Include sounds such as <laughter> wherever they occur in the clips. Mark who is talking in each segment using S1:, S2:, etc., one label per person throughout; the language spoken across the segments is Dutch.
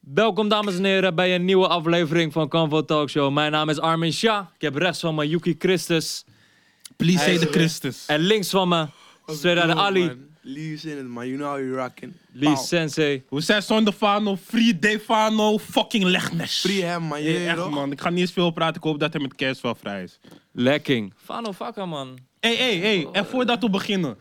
S1: Welkom dames en heren bij een nieuwe aflevering van Convo Talk Show. Mijn naam is Armin Shah. Ik heb rechts van me Yuki Christus
S2: Please
S3: Hij
S2: say
S3: is
S2: de
S3: er.
S2: Christus.
S1: en links van me Sredar Ali,
S3: Leaves in it, man. You know how you rockin'.
S1: Lee
S3: Pow.
S1: Sensei.
S2: We zijn zonder Fano, free Defano, fucking Legnes.
S3: Free hem, man.
S2: Hey,
S3: Je
S2: echt man, ik ga niet eens veel praten. Ik hoop dat hij met kerst wel vrij is.
S1: Lekking. Fano Fakka man.
S2: Hey, hey, hey. En voordat we beginnen.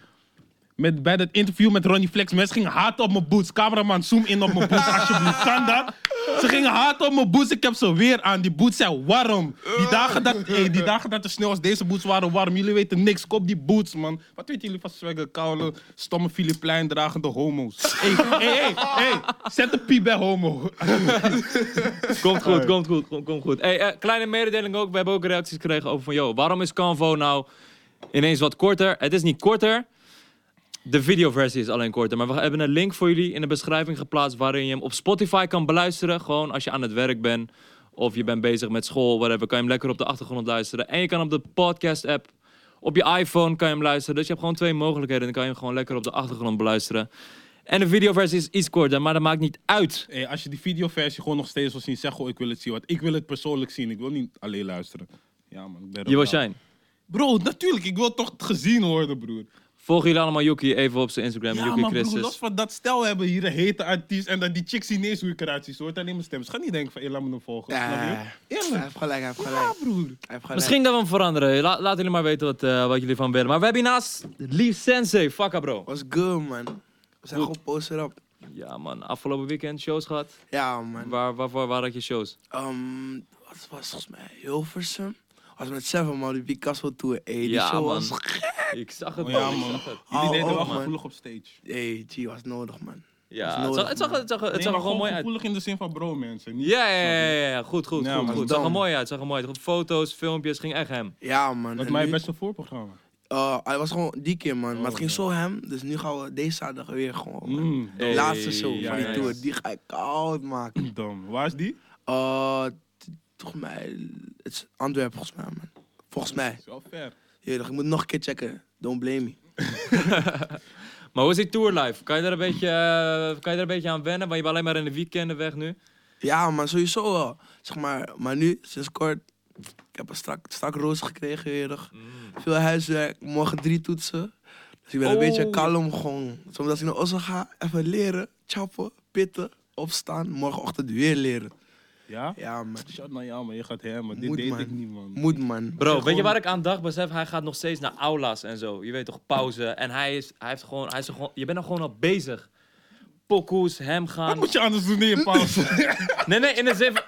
S2: Met, bij dat interview met Ronnie Flex. Mensen gingen haat op mijn boots. Cameraman, zoom in op mijn boots. Alsjeblieft, kan dat? Ze gingen haat op mijn boots. Ik heb ze weer aan. Die boots zijn warm. Die dagen dat, hey, die dagen dat de sneeuw was, deze boots waren warm. Jullie weten niks. Koop die boots, man. Wat weten jullie van zwagger, koude, stomme Filipijn dragende homo's? Hey, hey, hey, hey. Zet de piep bij homo.
S1: Komt goed, komt goed, komt, komt goed. Hey, eh, kleine mededeling ook. We hebben ook reacties gekregen over van... Yo, waarom is Convo nou ineens wat korter? Het is niet korter. De videoversie is alleen korter. Maar we hebben een link voor jullie in de beschrijving geplaatst... waarin je hem op Spotify kan beluisteren. Gewoon als je aan het werk bent... of je bent bezig met school, whatever... kan je hem lekker op de achtergrond luisteren. En je kan op de podcast-app... op je iPhone kan je hem luisteren. Dus je hebt gewoon twee mogelijkheden. Dan kan je hem gewoon lekker op de achtergrond beluisteren. En de videoversie is iets korter, maar dat maakt niet uit.
S2: Hey, als je die videoversie gewoon nog steeds wil zien, zeg gewoon ik wil het zien. Want ik wil het persoonlijk zien. Ik wil niet alleen luisteren. Ja, man. Ik
S1: Je
S2: ben
S1: wil
S2: royaal.
S1: zijn.
S2: Bro, natuurlijk. Ik wil toch gezien worden, broer.
S1: Volg jullie allemaal Yuki even op zijn Instagram,
S2: Ja,
S1: Yuki
S2: maar broer, los
S1: Christus.
S2: van dat stel hebben hier een hete artiest en dat die chick zien niet eens hoe ik eruit zie. Ze hoort alleen mijn stem. Ze gaat niet denken van, hé, laat me hem volgen.
S3: Ja.
S2: Snap je?
S3: Hij
S2: Eerlijk.
S3: heeft gelijk, hij heeft gelijk.
S2: Ja, broer.
S3: Hij heeft gelijk.
S1: Misschien dat we hem veranderen. La- laat jullie maar weten wat, eh, wat jullie van willen. Maar we hebben hiernaast Lief Sensei. Fuck up, bro.
S3: Was good, man. We zijn gewoon poster op.
S1: Ja, man. Afgelopen weekend shows gehad.
S3: Ja, man.
S1: Waar, waar, waar, waar had je shows?
S3: Ehm, wat was volgens mij Hilversum? Was met Seven, man. Die Picasso Tour. Ey, die
S1: Ja,
S3: show
S1: man.
S3: was...
S1: Ik zag het,
S2: Oh,
S1: man.
S2: ja,
S1: Ik
S2: man.
S1: zag het.
S2: Jullie
S3: Oh,
S2: deden
S3: oh,
S2: wel
S3: man.
S2: gevoelig op stage. Nee,
S3: Ey, G, was nodig, man.
S1: Ja,
S3: is
S1: het
S3: nodig,
S1: zag, het zag, het zag, het zag
S2: maar
S1: er gewoon mooi uit.
S2: gevoelig in de zin van bro, mensen. Niet-
S1: Ja, ja, ja, ja, ja. Goed, goed,
S2: Ja,
S1: goed,
S2: man.
S1: goed. Het zag er
S3: Dan.
S1: mooi uit. het zag er mooi uit. Foto's, filmpjes, ging echt hem.
S3: Ja, man.
S2: Dat is
S3: En
S2: mijn
S3: nu-
S2: beste voorprogramma.
S3: eh, Hij was gewoon die keer, man. maar het ging
S2: ja.
S3: zo hem. Dus nu gaan we deze zaterdag weer gewoon... man.
S2: Oh, Mm,
S3: De
S1: Hey,
S3: laatste show
S2: ja,
S3: van die
S2: ja,
S3: tour.
S2: ja.
S3: Die ga ik koud maken.
S2: dom. Waar is die?
S3: Eh, t- volgens mij, het is Antwerpen volgens mij, man. Volgens mij.
S2: Dat is wel ver.
S3: Heerlijk, ik moet nog een keer checken. Don't blame me.
S1: Maar hoe is die tour live? Kan je daar een beetje, eh, kan je daar een beetje aan wennen? Want je bent alleen maar in de weekenden weg nu.
S3: Ja, maar sowieso wel. Zeg maar, maar nu, sinds kort, ik heb een strak, strak roos gekregen, heerlijk.
S2: Mm.
S3: Veel huiswerk, morgen drie toetsen. Dus ik ben een
S1: Oh.
S3: beetje kalm gewoon. Soms als ik naar Oslo ga, even leren, chappen, pitten, opstaan. Morgenochtend weer leren.
S2: Ja?
S3: Ja, man.
S2: Shut nou ja, man. Je gaat hem, man. Dit
S3: Moet,
S2: deed
S3: man.
S2: ik niet, man.
S3: Moet, man.
S1: Bro, weet je waar ik aan dacht? Besef, hij gaat nog steeds naar aulas en zo. Je weet toch, pauze. En hij is, hij heeft gewoon, hij is er gewoon, je bent er gewoon al bezig. Pokoes, hem
S2: Wat
S1: gaan.
S2: moet je anders doen in je
S3: <laughs>
S2: pauze?
S1: Nee, nee, in de zin
S2: <laughs>
S1: van...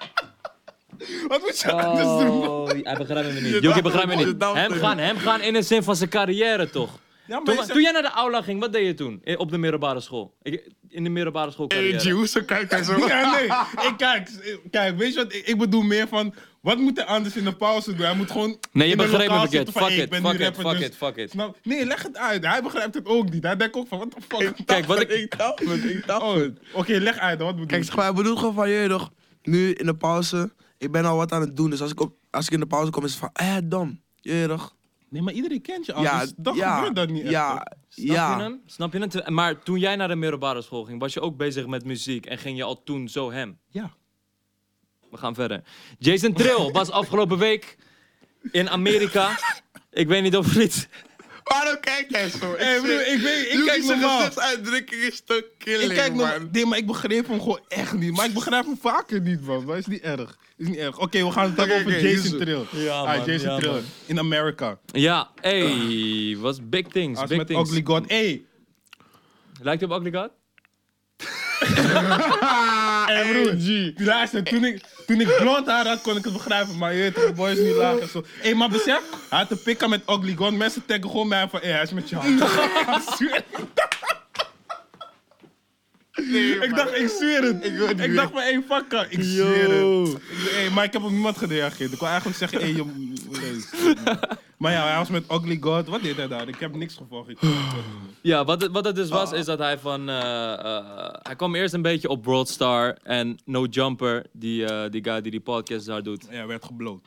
S2: Wat moet je anders doen? man?
S1: Oh, hij begrijpt me
S2: Je
S1: niet. Jokie
S2: dacht
S1: begrijpt me
S2: het,
S1: niet.
S3: je dacht
S1: Hem
S3: het.
S1: gaan, hem gaan in de zin van zijn carrière, toch?
S2: Ja, maar
S1: Toen,
S2: je
S1: toen jij naar de aula ging, wat deed je toen? I- Op de middelbare school. Ik, in de middelbare school carrière.
S4: hoe ze kijkt hij zo.
S2: <laughs> Ja, nee. Ik kijk, kijk, weet je wat? Ik, ik bedoel meer van, wat moet hij anders in de pauze doen? Hij moet gewoon.
S1: Nee, je
S2: in de
S1: begreep me
S2: locaal
S1: verkeerd.
S2: zitten van,
S1: Fuck
S2: hey, ik
S1: it,
S2: ben
S1: fuck it,
S2: nu rapper,
S1: fuck
S2: dus-
S1: it, fuck it.
S2: Snap- Nee, leg het uit. Hij begrijpt het ook niet. Hij denkt ook van, what the fuck?
S1: Kijk, wat ik...
S3: Ik dacht het, ik
S2: <laughs>
S3: dacht
S2: Oh, oké, leg uit. Wat bedoel
S3: Kijk,
S2: je?
S3: zeg maar, ik bedoel gewoon van, je toch, nu in de pauze, ik ben al wat aan het doen. Dus als ik, op, als ik in de pauze kom, is het van, eh, dom. Je toch?
S2: Nee, maar iedereen kent je al. dus dat gebeurt dat niet echt,
S3: ja,
S2: hoor.
S1: Snap
S3: ja.
S1: je hem? Snap je hem? Te- Maar toen jij naar de middelbare school ging, was je ook bezig met muziek en ging je al toen zo hem?
S2: Ja.
S1: We gaan verder. Jason Trill was afgelopen week in Amerika. Ik weet niet of het iets...
S4: Waarom kijkt hij zo? Ik,
S2: Hey, broer, ik, weet, ik
S4: Yuki
S2: kijk
S4: zijn
S2: normaal.
S4: gezichtsuitdrukking is te killing,
S2: Ik kijk nog.
S4: man.
S2: Nee, maar ik begreep hem gewoon echt niet. Maar ik begrijp hem vaker niet, man. Maar is niet erg. Is niet erg. Oké, we gaan het hebben
S4: Oké,
S2: over
S4: oké,
S2: Jason
S4: Yusuf.
S2: Trill.
S1: Ja,
S2: Ah,
S1: man,
S2: Jason
S1: ja,
S2: Trill.
S1: man.
S2: In Amerika.
S1: Ja, hey, was big things,
S2: Als
S1: big
S2: met
S1: things.
S2: Ugly God. Hey,
S1: Lijkt je op Ugly God?
S2: Hey, broer, luister, toen ik, toen ik blond haar had, kon ik het begrijpen, maar je weet toch, boys nu laag en zo. Hé, hey, maar besef, hij had een pika met Ugly Gone, mensen taggen gewoon mij van, hé, hey, hij is met jou. <laughs> ik zweer,
S4: Nee,
S2: ik dacht, ik zweer het.
S4: wil het
S2: Ik,
S4: niet
S2: dacht van, hé, hey, fuck haar. ik zweer het. Ik- hey, maar ik heb op niemand gereageerd, ik wou eigenlijk zeggen, hé, hey, je... nee, Maar ja, hij was met Ugly God, wat deed hij daar? Ik heb niks gevolgd. Ik-
S1: Ja, wat het, wat het dus was,
S2: Ah.
S1: is dat hij van... eh, eh, hij kwam eerst een beetje op Broadstar en No Jumper, die, eh, die guy die die podcast daar doet.
S2: Ja, hij werd gebloot.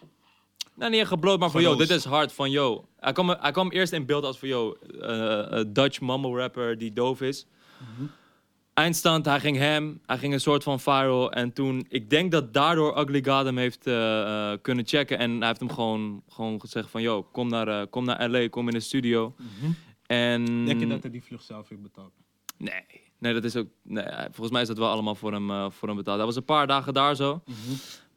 S1: Nou, niet echt gebloot, maar van, yo,
S2: Geroost.
S1: dit is hard, van, yo. Hij kwam, hij
S2: Mhm.
S1: kwam eerst in beeld als van, yo, eh, eh, Dutch mumble rapper die doof is. eindstand, hij ging hem, hij ging een soort van viral. En toen, ik denk dat daardoor Ugly God hem heeft eh, eh, kunnen checken. En hij heeft hem gewoon, gewoon gezegd van, yo, kom naar, eh, kom naar LA, kom in de studio. En...
S2: Mhm. Denk je dat hij die vlucht zelf heeft betaald?
S1: Nee. Nee, dat is ook. Nee, eh, volgens mij is dat wel allemaal voor hem, eh, voor hem betaald. Hij was een paar dagen daar zo. Mhm.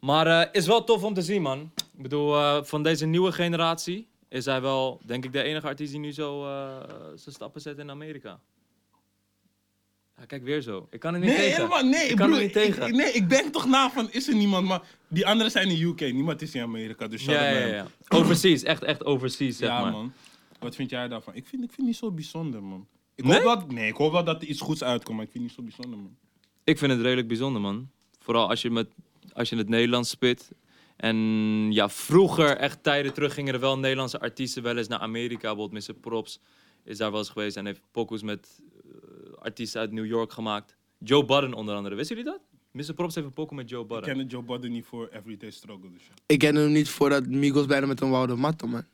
S1: Maar eh, is wel tof om te zien, man. Ik bedoel, eh, van deze nieuwe generatie is hij wel, denk ik, de enige artiest die nu zo eh, zijn stappen zet in Amerika. Ja, kijk, weer zo. Ik kan er niet
S2: Nee,
S1: tegen.
S2: helemaal nee.
S1: Ik kan
S2: broer,
S1: er niet tegen.
S2: Ik, nee, ik denk toch na van, is er niemand? Maar die anderen zijn in UK. Niemand is in Amerika, dus shout
S1: ja, ja, ja, ja. Overseas, echt, echt overseas, zeg maar.
S2: man. Wat vind jij daarvan? Ik vind, ik vind het niet zo bijzonder, man. Ik
S1: Nee?
S2: Hoop wel, nee, ik hoop wel dat er iets goeds uitkomt, maar ik vind het niet zo bijzonder, man.
S1: Ik vind het redelijk bijzonder, man. Vooral als je, met, als je in het Nederlands spit. En ja, vroeger, echt tijden terug, gingen er wel Nederlandse artiesten wel eens naar Amerika. Bijvoorbeeld Mr. Props is daar wel eens geweest en heeft pokus met eh, artiesten uit New York gemaakt. Joe Budden onder andere. Wisten jullie dat? Mr. Props heeft een pokus met Joe
S2: Ik
S1: Budden.
S2: ken het Joe Budden niet voor Everyday Struggle. Dus ja.
S3: Ik ken hem niet voordat Migos bijna met hem wouden matten, man.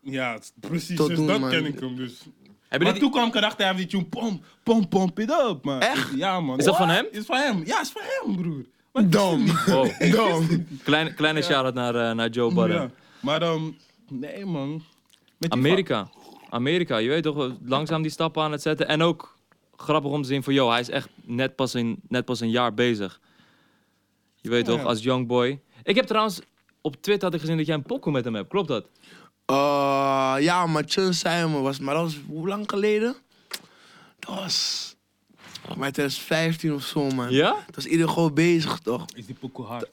S2: ja, het is precies.
S3: Tot
S2: dus
S3: doen,
S2: dat
S3: man.
S2: ken ik hem dus.
S1: Hebben
S2: Maar
S1: jullie die-
S2: toen kwam ik erachter, hij heeft die tune pom, pom, pomp it up, man. Echt? Ja, man.
S1: Is dat van
S2: What?
S1: hem?
S2: Is van hem. Ja, is van hem, broer. <laughs>
S3: Dom.
S1: Wow.
S3: Dom.
S1: Kleine, kleine shout-out naar, eh, naar Joe Budden.
S2: Ja. Maar, ehm, nee, man. Met die
S1: Amerika. Amerika, je weet toch, wel, langzaam die stappen aan het zetten. En ook grappig om te zien van, joh, hij is echt net pas een, net pas een jaar bezig. Je weet toch, als young boy. Ik heb trouwens, op Twitter had ik gezien dat jij een pokoe met hem hebt, klopt dat?
S3: Eh, ja, maar Chun Simon was, maar dat was hoe lang geleden? Dat was. volgens mij 2015 of zo, man.
S1: Ja?
S3: Dat was iedereen gewoon bezig, toch?
S2: Is die pokoe hard?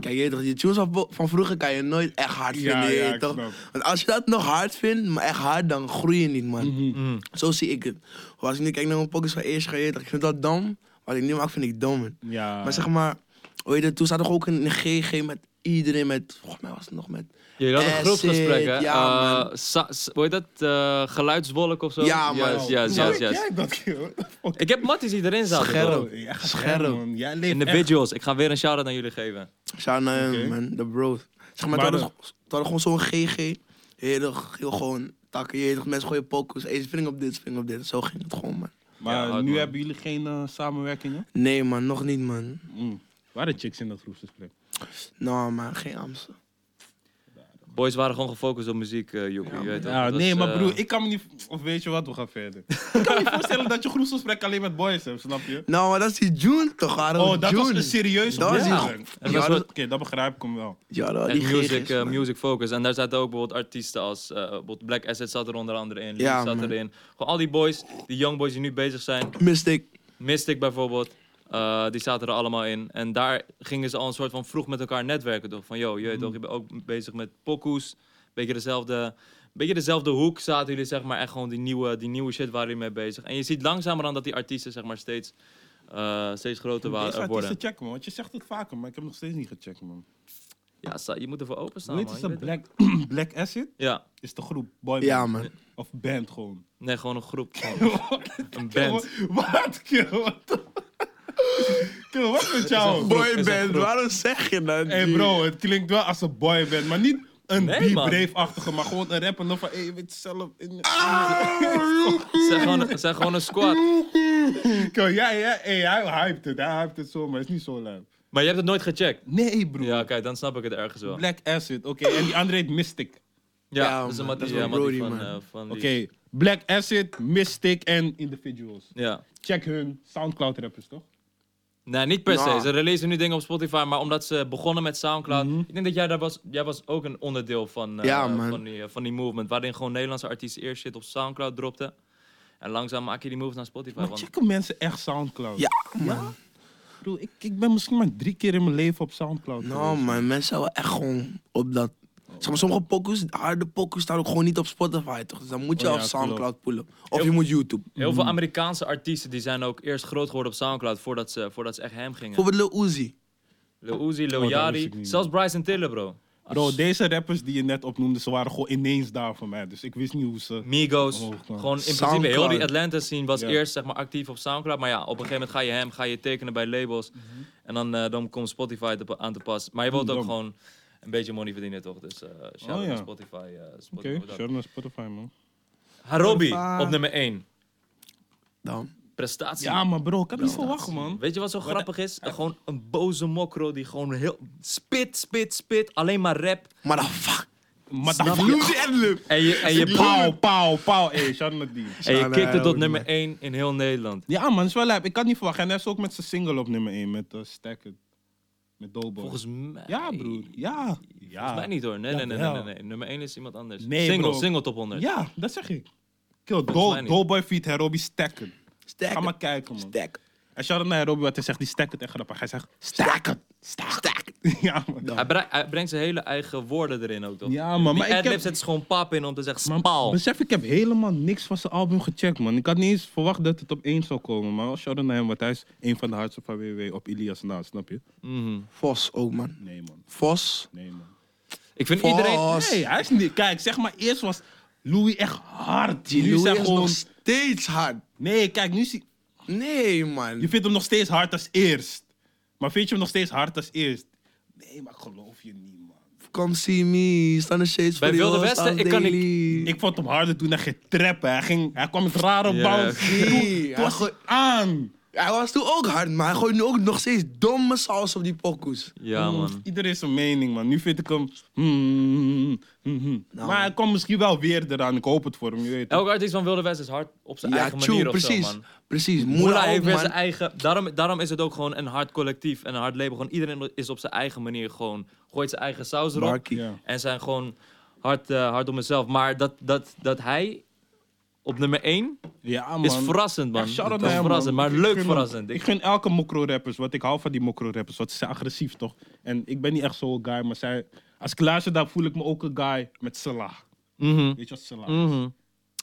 S3: Kijk, je, weet toch, je tunes van, vo- van vroeger kan je nooit echt hard
S2: Ja,
S3: vinden, je
S2: ja,
S3: weet
S2: ik
S3: toch?
S2: snap.
S3: Want als je dat nog hard vindt, maar echt hard, dan groei je niet,
S2: Mhm.
S3: man.
S1: Mm.
S3: Zo zie ik het. Maar Als ik nu kijk naar mijn pokus van eerst, ga je, weet toch, ik vind dat dom. Wat ik nu maak, vind ik dom, man.
S2: Ja.
S3: Maar zeg maar, hoe je dat, toen zat toch ook een GG met iedereen, met, volgens mij was het nog met...
S1: Jullie hadden een
S3: Acid,
S1: groepsgesprek, hè?
S3: ja,
S1: Eh, sa- s- hoe heet dat? eh geluidswolk of zo?
S3: Ja, man.
S1: Juist, juist,
S2: Hoe
S1: juist,
S2: weet
S1: juist.
S2: Oh. jij dat, joh? Fuck.
S1: Ik heb matties die erin zaten.
S3: Scherp.
S1: toch?
S2: Oh, jij gaat
S3: Scherp.
S2: ver, man. Jij leeft echt.
S1: Individuals, ik ga weer een shout-out aan jullie geven.
S3: Shout naar hem,
S2: Oké.
S3: man. De bro. Zeg maar,
S2: Maar
S3: toen hadden,
S2: de-
S3: ze- toen hadden gewoon zo'n GG. Heerlijk, heel gewoon takken. Je weet toch, mensen gooien pokus. Eén spring op dit, spring op dit. Zo ging het gewoon, man.
S2: Maar
S1: Ja, hard,
S2: nu
S1: man.
S2: hebben jullie geen eh, samenwerkingen?
S3: Nee, man, nog niet, man.
S2: Mm. Waren chicks in dat groepsgesprek?
S3: Nou, man, geen Amstel.
S1: Boys waren gewoon gefocust op muziek, eh Joepie, je weet toch?
S2: Ja,
S1: Het was,
S2: nee, maar
S1: eh,
S2: broer, ik kan me niet... Of weet je wat, we gaan verder. ik kan me niet voorstellen dat je groepsgesprek alleen met boys hebt, snap je?
S3: Nou, maar dat is die June toch? Waarom
S2: Oh, dat was
S3: June?
S2: een serieuze
S3: Dat was
S2: broer.
S3: die-
S1: was
S2: Ja,
S1: wat-
S2: dat- Oké, dat begrijp ik hem wel.
S3: Ja, dat,
S1: Echt
S3: Oh, die
S1: music,
S3: music,
S1: eh, music focus. En daar zaten ook bijvoorbeeld artiesten als eh, bijvoorbeeld Black Asset zat er onder andere in.
S3: Ja,
S1: Ja, zat
S3: man.
S1: erin. Gewoon al die boys, die young boys die nu bezig zijn.
S3: Mystic.
S1: Mystic bijvoorbeeld. eh, die zaten er allemaal in. En daar gingen ze al een soort van vroeg met elkaar netwerken. Toch? Van, yo, je weet toch, je bent ook bezig met pokoes. Beetje dezelfde, beetje dezelfde hoek zaten jullie, zeg maar. Echt gewoon die nieuwe, die nieuwe shit waren jullie mee bezig. En je ziet langzamerhand dat die artiesten, zeg maar, steeds, eh, steeds groter wa-
S2: Deze
S1: worden.
S2: artiesten checken, man. Want je zegt het vaker, maar ik heb nog steeds niet gecheckt, man.
S1: Ja, sa- je moet ervoor openstaan,
S2: Hoe heet
S1: Nou, man.
S2: is
S1: je
S2: dat?
S1: weet het.
S2: Black, <clears throat> Black Acid?
S1: Ja.
S2: Is de groep boy
S3: Ja,
S2: band.
S3: man.
S2: Of band gewoon.
S1: Nee, gewoon een groep. gewoon een band.
S2: Wat, kill? Wat de- Kill, wat met jou?
S1: Bro, is
S3: Boy
S1: dat
S3: band,
S1: bro?
S3: waarom zeg je dat?
S2: Hé hey bro, het klinkt wel als een boyband, maar niet een
S1: Nee,
S2: nee,
S1: man.
S2: Brave-achtige, maar gewoon een rapper nog van, hey, je weet zelf. In...
S1: Zeg gewoon, zeg gewoon een squad.
S2: Kill, ja, ja, hey, hij hyped het, hij hyped het zo, maar het is niet zo lui.
S1: Maar je hebt het nooit gecheckt.
S2: Nee bro,
S1: Ja, kijk, dan snap ik het ergens wel.
S2: Black Acid, oké, en die andere heet Mystic.
S1: Ja,
S3: Ja,
S1: dat is een
S3: man,
S1: Mattie-
S3: dat is
S1: ja,
S3: wel
S1: Mattie van,
S3: Brody,
S1: eh,
S3: man.
S1: van
S2: Oké,
S1: die-
S2: Black Acid, Mystic en Individuals.
S1: Ja.
S2: Check hun Soundcloud rappers, toch?
S1: Nee, niet per se.
S3: Nou.
S1: Ze releasen nu dingen op Spotify, maar omdat ze begonnen met Soundcloud. Ik denk dat jij daar was, jij was ook een onderdeel van, eh,
S3: Ja, man.
S1: van, die, eh, van die movement. Waarin gewoon Nederlandse artiesten eerst shit op Soundcloud dropten. En langzaam maak je die move naar Spotify.
S2: Maar
S1: want-
S2: checken mensen echt Soundcloud?
S3: Ja, man.
S2: Bro, ik, ik ben misschien maar drie keer in mijn leven op Soundcloud
S3: Nou,
S2: geweest.
S3: man, mensen zouden echt gewoon op dat... Zeg maar, sommige pokus, harde pokus, staan ook gewoon niet op Spotify, toch? Dus dan moet je
S2: Oh,
S3: af
S2: ja,
S3: Soundcloud poelen. Of je moet YouTube.
S1: Heel veel Amerikaanse artiesten die zijn ook eerst groot geworden op Soundcloud voordat ze, voordat ze echt hem gingen.
S3: Bijvoorbeeld Lil Uzi.
S1: Lil Uzi, Lil
S2: Oh, dat wist
S1: Yachty,
S2: ik niet, man.
S1: zelfs Bryson Tiller, bro.
S2: Bro, deze rappers die je net opnoemde, ze waren gewoon ineens daar voor mij. Dus ik wist niet hoe ze...
S1: Migos.
S2: Oh, man.
S1: gewoon in principe
S3: Soundcloud.
S1: heel die Atlanta scene was
S2: Ja.
S1: eerst zeg maar, actief op Soundcloud. Maar ja, op een gegeven moment ga je hem, ga je tekenen bij labels.
S2: Mhm.
S1: En dan, eh, dan komt Spotify te pa- aan te pas. Maar je wilt ook
S2: Dom.
S1: gewoon een beetje money verdienen toch? Dus eh shout out
S2: Oh, ja.
S1: naar Spotify. eh Spotify
S2: Oké,
S1: voor dat.
S2: shout naar Spotify, man.
S1: Harobi
S3: Spotify.
S1: op nummer 1.
S3: Dan.
S1: Prestatie.
S2: Ja, maar bro, ik had het niet verwacht, man.
S1: Weet Nou, je wat zo grappig is? Gewoon een boze mokro die gewoon heel... Spit, spit, spit. Alleen maar rap.
S3: Maar dan fuck.
S2: Maar
S1: Snap <laughs>
S2: dat
S1: je?
S4: Lose Adlib.
S1: En je, en je,
S2: Pauw, pauw, pauw. Hé, die.
S1: en je
S3: Zou,
S1: kickte
S3: eh,
S1: tot
S3: ook
S1: nummer
S3: niet
S1: 1 in heel Nederland.
S2: Ja, man, is wel lijp. Ik had niet verwacht. En hij is ook met zijn single op nummer 1, met eh, Stack It. Met Doughboy.
S1: Volgens mij...
S2: Ja, broer. Ja.
S1: Volgens mij niet hoor. Nee, nee, nee, nee, nee,
S2: Jawel.
S1: nee. Nummer 1 is iemand anders.
S2: Nee,
S1: single,
S2: bro.
S1: single top 100.
S2: Ja, dat zeg ik. Kill,
S1: mij
S2: Dol-
S1: niet.
S2: Doughboy feat Herobi Stack It. Ga maar
S3: Stack.
S2: kijken, man.
S3: Stack.
S2: En shout-out naar Herobi, wat hij zegt. Die Stack It echt grappig. Hij zegt, <laughs> Stack It.
S3: Stack.
S2: Ja, man.
S1: Hij, bre- hij brengt zijn hele eigen woorden erin ook, toch?
S2: Ja, man,
S1: Die
S2: maar ik
S1: adlibs
S2: heb-
S1: zetten ze gewoon pap in om te zeggen
S2: Maar
S1: spaal.
S2: besef, ik heb helemaal niks van zijn album gecheckt, man. Ik had niet eens verwacht dat het op één zou komen. Maar wel shout-out naar hem, want hij is een van de hardste van WW op Ilias na, snap je?
S1: Mhm.
S3: Vos ook, man.
S2: Nee, man.
S3: Vos.
S2: Nee, man.
S1: Ik vind iedereen...
S3: Vos.
S2: Nee, hij is niet... Kijk, zeg maar, eerst was Louis echt hard. Nu
S3: Louis
S2: is hij
S3: is
S2: gewoon...
S3: nog steeds hard.
S2: Nee, kijk, nu is hij...
S3: Nee,
S2: Je
S3: man.
S2: vindt hem nog steeds hard als eerst. Maar vind je hem nog steeds hard als eerst? Nee, maar ik geloof je niet, man.
S3: Come see me. Staan de shades
S1: Bij
S3: voor
S1: Wilde Westen, ik kan niet-
S2: Ik vond hem harder toen hij ging trappen. Hij, ging, hij kwam met rare
S1: Ja.
S2: bounce.
S3: Nee,
S2: Het
S3: hij,
S2: was
S3: gooi-
S2: aan.
S3: hij was toen ook hard, maar hij gooit nu ook nog steeds domme saus op die pokoes.
S1: Ja, man.
S2: Iedereen zijn mening, man. Nu vind ik hem... hmm, hmm, hmm. maar hij komt misschien wel weer eraan. Ik hoop het voor hem, je weet het.
S1: Elke artiest van Wilde West is hard op zijn
S3: Ja,
S1: eigen
S3: true,
S1: manier of zo,
S3: precies.
S1: man.
S3: precies.
S1: Moela
S3: Moela ook,
S1: heeft weer
S3: man.
S1: zijn eigen... Daarom, daarom is het ook gewoon een hard collectief en een hard label. Gewoon iedereen is op zijn eigen manier gewoon... Gooit zijn eigen saus erop.
S3: Barkie.
S2: Ja.
S1: En zijn gewoon hard, eh, hard op mezelf. Maar dat, dat, dat hij op nummer 1
S2: Ja,
S1: is
S2: man.
S1: verrassend, man.
S2: Ja, shout-out
S1: dat
S2: naar
S1: is
S2: hem,
S1: verrassend,
S2: man.
S1: maar
S2: Ik
S1: leuk
S2: gun hem-
S1: verrassend.
S2: Ik
S1: Ik,
S2: gun elke mokro-rappers, want ik hou van die mokro-rappers, want ze zijn agressief, toch? En ik ben niet echt zo'n guy, maar zij, als ik luister, daar voel ik me ook een guy met Salah.
S1: Mhm,
S2: Weet je wat Salah is?
S1: mhm.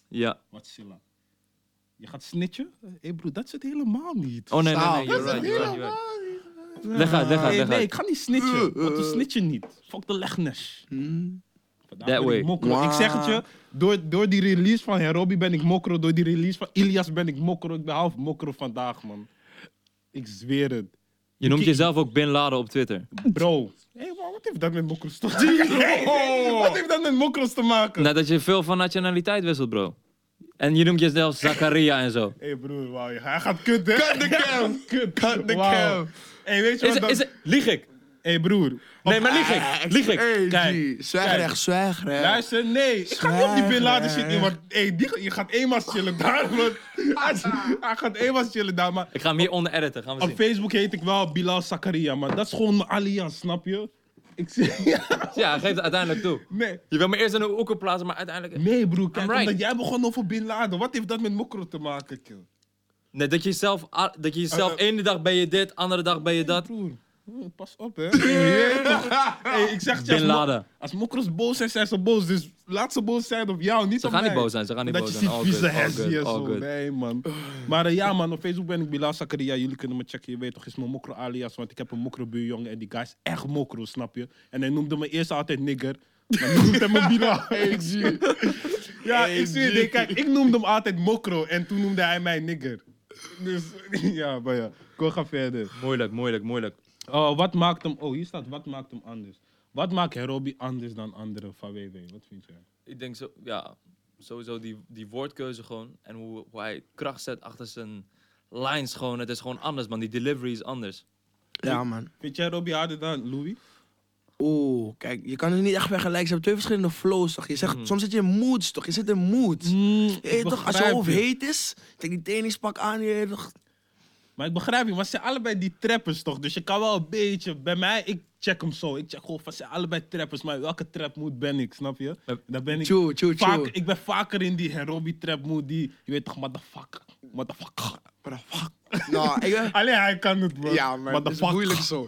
S1: Ja.
S2: Wat Salah? Je gaat snitchen? Hé broer, dat zit helemaal niet.
S1: Oh nee, nee, nee.
S3: Saal.
S1: You're
S3: Dat
S1: right,
S3: is
S1: you're right, you're right. Leg uit, leg uit,
S2: nee,
S1: leg
S2: nee,
S1: uit.
S2: ik ga niet snitchen, want we snitchen niet. Fuck de legnes.
S3: Hmm.
S2: Vandaar
S1: That
S2: ben
S1: way.
S2: Ik, mokro. ik zeg het je, door, door die release van Herobi ben ik mokro, door die release van Ilias ben ik mokro. Ik ben half mokro vandaag, man. Ik zweer het.
S1: Je noemt jezelf ook Bin Laden op Twitter.
S2: Bro. Hé, maar wat heeft dat met mokros te maken? Wat heeft dat met mokros te maken?
S1: Nadat je veel van nationaliteit wisselt, bro. En je noemt jezelf Zakaria en zo.
S2: Hé broer, wauw. Hij gaat kut, hè?
S4: Cut the cam.
S2: <laughs> Kut.
S4: Cut the
S2: Wauw.
S4: cam.
S2: Hé, weet je
S1: Is,
S2: wat dan-
S1: is, lieg ik?
S2: Hé broer.
S1: Nee, maar lieg ik? Lieg ik?
S3: Hey,
S2: Kijk,
S3: G. Zwijgrecht,
S2: kijk.
S3: zwijgrecht.
S2: Luister, nee. Ik ga niet op die Bin Laden shit in, want hé, die, je gaat eenmaal chillen daar, man. Hij is- Hij gaat eenmaal chillen daar, maar...
S1: Ik ga hem hier onder editen, gaan we
S2: Op
S1: zien.
S2: Facebook heet ik wel Bilal Zakaria, maar dat is gewoon mijn alias, snap je? Ik <laughs> zeg...
S1: Ja, geef het uiteindelijk toe.
S2: Nee.
S1: Je wil me eerst in een oeker plaatsen, maar uiteindelijk...
S2: Nee broer, kijk,
S1: right.
S2: omdat jij begon over Bin Laden. Wat heeft dat met mokro te maken, kill?
S1: Nee, dat je jezelf... a- Dat je jezelf...
S2: Eh,
S1: Ene dag ben je dit, andere dag ben je dat.
S2: Broer, broer, pas op hè. Je weet toch? hey, ik zeg het je,
S1: Bin
S2: als mo-
S1: Laden.
S2: Als mokros boos zijn, zijn ze boos. Dus laat ze boos zijn op jou, niet
S1: Ze
S2: op
S1: gaan
S2: mij.
S1: niet boos zijn, ze gaan niet
S2: Dat
S1: boos
S2: je
S1: zijn.
S2: ziet
S1: All
S2: vieze
S1: good, all
S2: hersen
S1: good,
S2: en
S1: all
S2: zo.
S1: good.
S2: Nee man. Maar eh, ja man, op Facebook ben ik Bilal Zakaria. Jullie kunnen me checken. Je weet toch, is mijn mokro alias. Want ik heb een mokro buurjongen en die guy is echt mokro, snap je? En hij noemde me eerst altijd nigger. Maar nu noemt hij me Bilal. Ja, ik zie het. Nee, Kijk, ik noemde hem altijd mokro en toen noemde hij mij nigger. Dus <laughs> ja, maar ja. Ik ga verder.
S1: Moeilijk, moeilijk, moeilijk.
S2: Oh, wat maakt hem... Oh, hier staat wat maakt hem anders. Wat maakt Herobi anders dan anderen van WW? Wat vind jij?
S1: ik denk zo, ja, sowieso die, die woordkeuze gewoon. En hoe, hoe hij kracht zet achter zijn lines gewoon. Het is gewoon anders, man. Die delivery is anders.
S3: Ja, man.
S2: Vind jij Herobi harder dan Louis?
S3: Oeh, kijk, je kan het niet echt vergelijken. Ze hebben twee verschillende flows, toch? Je zegt,
S1: Hmm.
S3: Soms zit je in moods, toch? Je zit in moods. Je weet Mm, eh, toch, als je hoofd heet is, trek die tennispak aan, je weet toch?
S2: Maar ik begrijp je, want ze zijn allebei die trappers toch? Dus je kan wel een beetje... Bij mij, ik check hem zo. Ik check gewoon van ze zijn allebei trappers. Maar welke trap mood ben ik, snap je?
S3: Eh,
S2: Dan ben ik...
S3: Tjoe, tjoe,
S2: Vaak,
S3: tjoe.
S2: ik ben vaker in die Herobi trap mood die... Je weet toch, motherfucker. Motherfucker.
S3: What the fuck? Nou, ik
S1: <laughs>
S3: ben...
S2: Alleen hij kan het, man.
S3: Ja, maar het is
S2: Motherfucker.
S3: moeilijk zo.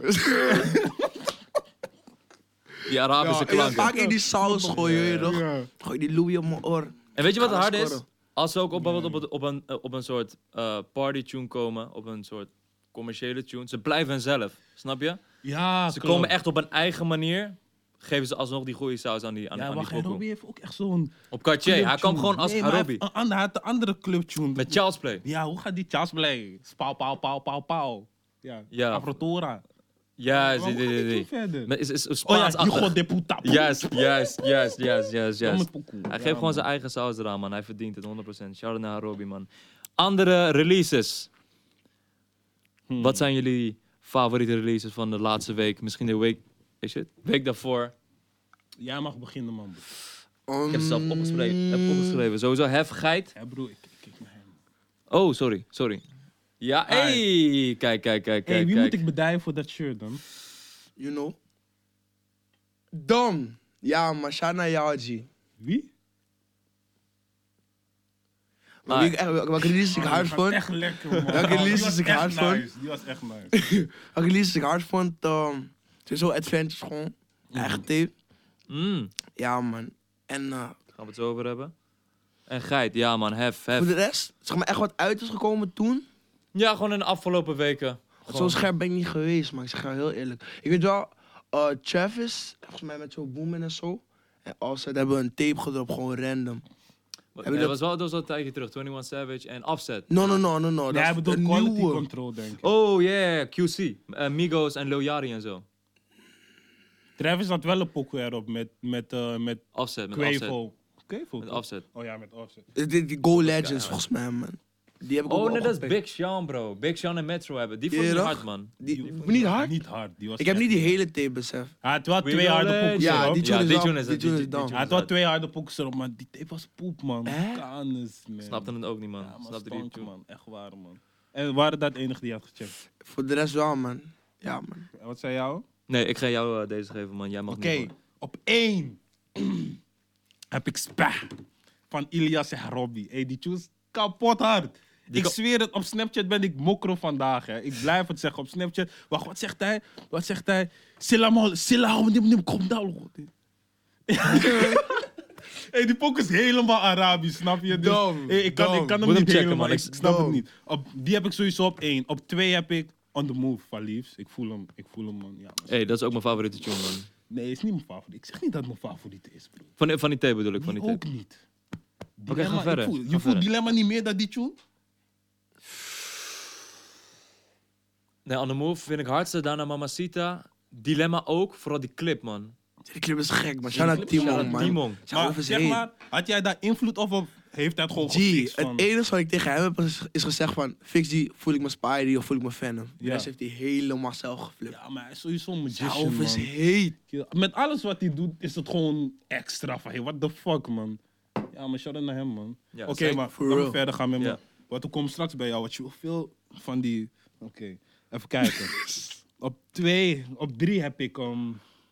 S1: Die Arabische
S3: Ja,
S1: klanken.
S3: Vaak in die saus gooien, je weet toch?
S2: Ja.
S3: Gooi die Louis op mijn oor.
S1: En weet je wat
S3: Kan
S1: hard is?
S3: scoren.
S1: Als ze ook op, bijvoorbeeld op, het- op, een, eh, op een soort eh party tune komen, op een soort commerciële tune, ze blijven zelf. Snap je?
S2: Ja,
S1: Ze
S2: klopt.
S1: komen echt op een eigen manier. Geven ze alsnog die goede saus aan die aan,
S2: Ja,
S1: aan die
S2: wacht, Herobi
S1: pokoe.
S2: heeft ook echt zo'n...
S1: Op Cartier, hij kwam
S2: clubtune.
S1: gewoon als
S2: nee, maar hij
S1: Harobi.
S2: heeft Een ander, hij had een andere clubtune.
S1: Met Charles Play.
S2: Ja, hoe gaat die Charles blij? Pauw, pauw, pauw, pauw, pauw. Ja,
S1: Ja.
S2: Afrotora.
S1: Ja,
S2: Maar
S1: zie,
S2: hoe
S1: zie,
S2: gaat
S1: zie,
S2: die
S1: zie.
S2: tune verder?
S1: Maar Is, is, is
S2: Oh ja,
S1: Spaans-achtig.
S2: Hijo de puta.
S1: Juist, juist, juist, juist, juist, juist.
S2: Domme pokoe.
S1: Hij
S2: Ja,
S1: geeft gewoon
S2: man.
S1: zijn eigen saus eraan, man. Hij verdient het 100%. Shout out naar Robbie, man. andere releases.
S2: Hmm.
S1: Wat zijn jullie favoriete releases van de laatste week? Misschien de week, is het? Week daarvoor.
S2: Jij mag beginnen, man. broer.
S1: Ik heb het
S3: Mm,
S1: zelf opgeschreven. Heb opgeschreven. Sowieso hefgeit.
S2: Ja, broer, ik kijk naar hem.
S1: Oh, sorry, sorry. Ja, hey, kijk, kijk, kijk,
S2: Hey,
S1: kijk.
S2: wie
S1: kijk.
S2: moet ik bedijen voor dat shirt dan?
S3: You know. Dan. Ja, Mashana Yaji.
S2: Wie?
S1: Ah.
S3: Wie ik echt- Welke release
S2: Oh,
S3: ik hard vond.
S2: Echt lekker, man.
S3: Welke
S2: Die
S3: releases
S2: was
S3: ik
S2: echt
S3: hard vond?
S2: nice. Die was echt nice.
S3: Welke release ik hard vond. ehm, Sowieso Adventures gewoon.
S1: Mhm.
S3: Echt tape.
S1: Mm,
S3: Ja, man. En eh,
S1: gaan we het zo over hebben? En geit, ja man, hef, hef.
S3: voor de rest, zeg maar echt wat uit is gekomen toen.
S1: Ja, gewoon in de afgelopen weken.
S3: Zo
S1: Gewoon.
S3: scherp ben ik niet geweest, maar ik zeg jou heel eerlijk. Ik weet wel, eh, Travis, volgens mij met zo'n Boomin en zo. En Offset hebben een tape gedropt, gewoon random.
S1: Ja,
S3: je
S1: dat,
S3: dat-
S1: was wel, dat was wel een tijdje terug. 21 Savage en Offset.
S3: No, no, no, no, no.
S2: Nee, hij
S3: dat is
S2: bedoelt
S3: een
S2: quality
S3: nieuwe.
S2: control, denk ik.
S1: Oh yeah, QC. Eh, Migos en Lil Yachty en zo.
S2: Travis had wel een pokoe erop met, met, eh, met
S1: Offset, met Offset.
S2: Quavo. Quavo?
S1: Met
S2: toch?
S1: Offset.
S2: Oh ja, met Offset.
S3: Dit- dit- Die Go
S1: Ja,
S3: Legends,
S1: ja.
S3: volgens mij, man. Die heb ik ook
S1: Oh
S3: wel
S1: nee, dat is
S3: opgepikt.
S1: Big Sean bro. Big Sean en Metro hebben. Die vond ik
S3: Ja,
S1: niet
S3: toch?
S1: hard man.
S3: Die, niet hard?
S2: Niet hard. Die was
S3: Ik heb
S2: echt
S3: niet die hele tape besef.
S2: Hij had wel
S1: We
S2: twee
S1: know
S2: harde
S1: that.
S2: poekjes
S3: Ja,
S2: erop.
S3: die
S1: eh, Ja,
S3: tune is
S1: die
S3: down,
S1: tune is-
S3: Die
S1: die-
S3: tune is
S1: die- die
S3: down.
S2: Hij had wel twee harde poekjes erop, maar die tape was poep, man.
S3: Hè?
S2: Kanus, man.
S1: Snapte het ook niet man.
S2: Ja, maar
S1: Snapte die
S2: stank,
S1: tune.
S2: man. Echt waar, man. En waren dat de enige die je had gecheckt?
S3: Voor de rest wel, man. Ja, man.
S2: En Wat zei jou?
S1: Nee, ik ga jou eh, deze geven man. Jij mag
S2: Oké,
S1: niet man.
S2: op één heb ik Spa van Ilias en Robbie. Hey, die tune is kapot hard.
S1: Die
S2: ik
S1: ka-
S2: zweer het, op Snapchat ben ik mokro vandaag. Hè. Ik blijf het zeggen op Snapchat. Wacht, wat zegt hij? Wat zegt hij? Silla, man, Silla, oh, neem, neem, kom down.
S1: <laughs>
S2: God. hey, die pok is helemaal Arabisch, snap je? Dus,
S3: Dom,
S2: hey, ik, kan, ik
S3: dom.
S2: kan hem
S1: Moet hem
S2: niet
S1: checken,
S2: helemaal,
S1: man.
S2: ik
S1: Ik-
S2: snap het
S3: dom.
S2: niet. Op, die heb ik sowieso op één. Op twee heb ik On The Move van Liefs. Ik voel hem, ik voel hem, man. Ja, man.
S1: hey, dat is ook mijn favoriete tune man.
S2: Nee, is niet mijn favoriet. Ik zeg niet dat het mijn favoriet is, bro.
S1: Van, die- van die tape bedoel ik, van
S2: Die
S1: die tape.
S2: ook niet.
S1: Oké, ga
S2: Dilemma, ik
S1: verder,
S2: voel-
S1: ga
S2: je voelt
S1: verder.
S2: dilemma niet meer dan die tune?
S1: Nee, On The Move vind ik hardste. Daarna Mamacita. Dilemma ook. Vooral die clip man.
S3: Die clip is gek, man. Shout out
S1: Shout
S3: Timon,
S1: out
S3: man.
S1: Timon.
S3: Zijn hoofd
S2: maar,
S3: is
S2: zeg
S3: heet.
S2: maar, had jij daar invloed op of heeft hij het gewoon
S3: G,
S2: gefixt van...
S3: het
S1: e-
S3: enige wat ik tegen hem heb is- is gezegd van... Fix die, voel ik me Spidey of voel ik me Venom. De
S2: Ja.
S3: rest heeft hij helemaal zelf geflipt.
S2: Ja, maar hij is sowieso een
S3: Zijn
S2: magician,
S3: hoofd is
S2: man.
S3: heet.
S2: Met alles wat hij doet, is het gewoon extra van, hey, what the fuck, man. Ja, maar shout-out naar hem, man.
S1: Ja,
S2: Oké,
S1: zeker.
S2: maar
S3: For
S2: laten we
S3: real.
S2: verder gaan met
S1: Ja.
S2: me. Want ik kom straks bij jou, want je wil veel van die... Oké, even
S3: <laughs>
S2: kijken. op twee, op drie heb ik... ehm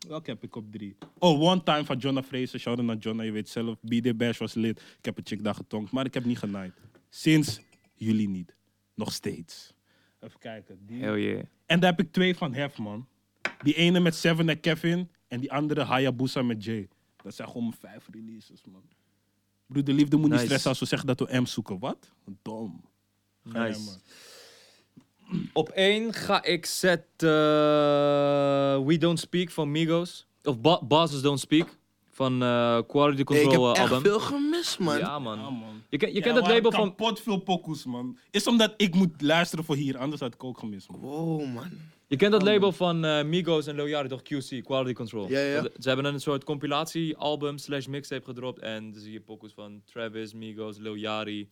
S2: welke heb ik op drie? Oh, One Time van Jonna Fraser. Shout-out naar Jonna, je weet zelf. BD Bash was lid. Ik heb een chick daar getonkt, maar ik heb niet genaaid. Sinds jullie niet. Nog steeds. Even kijken. Die...
S1: Hell yeah.
S2: En daar heb ik twee van Hef, man. Die ene met Seven en Kevin. En die andere Hayabusa met Jay. Dat zijn gewoon mijn vijf releases, man. Broeder, liefde moet
S1: Nice.
S2: niet stressen als we zeggen dat we M zoeken. Wat? Dom. Ga jij,
S1: Nice.
S2: man.
S1: Op één ga ik zetten eh, We Don't Speak van Migos. Of Ba- Bosses Don't Speak van eh, Quality
S3: Hey, ik heb
S1: Control eh,
S3: echt
S1: album.
S3: veel gemist, man.
S1: Ja
S2: Ja,
S1: man.
S2: man.
S1: Je, ken- je
S2: Ja,
S1: kent dat
S2: waren
S1: label van...
S2: kapot veel pokoes, man. Is omdat ik moet luisteren voor hier, anders had ik ook gemist, man.
S3: Wow, man.
S1: Je kent dat label van eh, Migos en Lil Yachty, toch QC, Quality Control.
S3: Ja, ja.
S1: Dat- Ze hebben een soort compilatiealbum slash mixtape gedropt. En dan zie je pokus van Travis, Migos, Lil Yachty,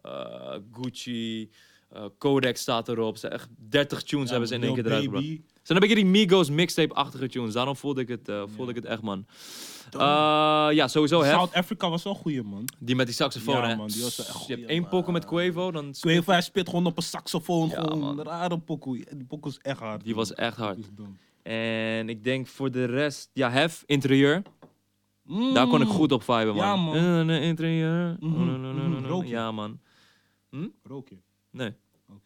S1: eh, Gucci, eh, Codex staat erop. Ze echt 30 tunes hebben ze in één
S2: Lil
S1: keer eruit
S2: Baby.
S1: gebracht. Het zijn een beetje die Migos mixtape-achtige tunes. Daarom voelde ik het, eh, voelde ik het echt, man. Eh, ja, sowieso Hef.
S2: South Africa was wel een goeie, man.
S1: Die met die saxofoon,
S2: Ja,
S1: hè.
S2: man, die was wel echt
S1: je
S2: goeie,
S1: hebt één
S2: man.
S1: pokken met Quavo, dan...
S2: Quavo, hij spit gewoon op een saxofoon.
S1: Ja,
S2: gewoon
S1: man.
S2: een rare pokoe. Die pokoe is echt hard.
S1: Die was
S2: man.
S1: echt hard.
S2: Die is dom.
S1: En ik denk voor de rest... Ja, Hef, interieur.
S2: Mm.
S1: Daar kon ik goed op viben, man.
S2: Ja, man.
S1: Eh, eh, interieur.
S2: Mhm,
S1: Oh, no, no, no,
S2: mhm,
S1: no, no.
S2: rook je?
S1: Ja, man.
S2: Rook je?
S1: Nee.
S2: Oké.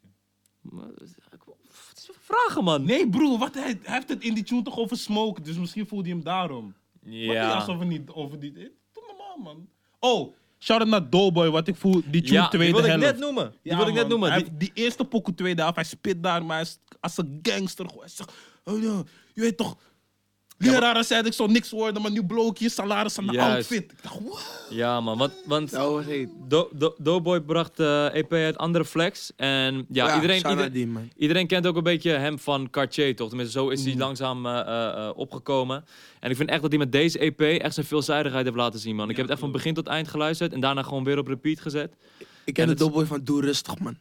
S1: Maar, eh, ik- pff, Het is een vragen, man.
S2: Nee, broer, wat, hij, hij heeft het in die tune toch over smoke, dus misschien voelde hij hem daarom. Wat hij
S1: Ja.
S2: over niet over die. eh, Doe normaal, man. Oh, shout out naar Doughboy, wat ik voel. Die tune
S1: Ja, die
S2: tweede
S1: wilde ik
S2: helft.
S1: net noemen. Die
S2: Ja,
S1: wilde ik net
S2: man.
S1: noemen.
S2: Hij
S1: Die-
S2: heeft die eerste pokoe tweede helft, hij spit daar, maar hij is als een gangster. Gewoon. Hij zegt, oh ja, je weet toch. Leraren zeiden ik zou niks worden, maar nu blow ik je salaris aan de
S1: Juist.
S2: outfit. Ik dacht, what?
S1: Ja, man. Want, want
S3: Zijn hoofd is heet.
S1: Do- Do- Doughboy bracht eh EP uit Andere Flex. En ja, iedereen,
S3: shout out
S1: ieder-
S3: die, man.
S1: iedereen kent ook een beetje hem van Cartier, toch? Tenminste, zo is
S3: Mm.
S1: hij langzaam eh, eh, eh, opgekomen. En ik vind echt dat hij met deze EP echt zijn veelzijdigheid heeft laten zien, man. Ik heb het echt van begin tot eind geluisterd en daarna gewoon weer op repeat gezet. Ja,
S3: Ik ken de
S1: dat is-
S3: Doughboy van Doe Rustig, man.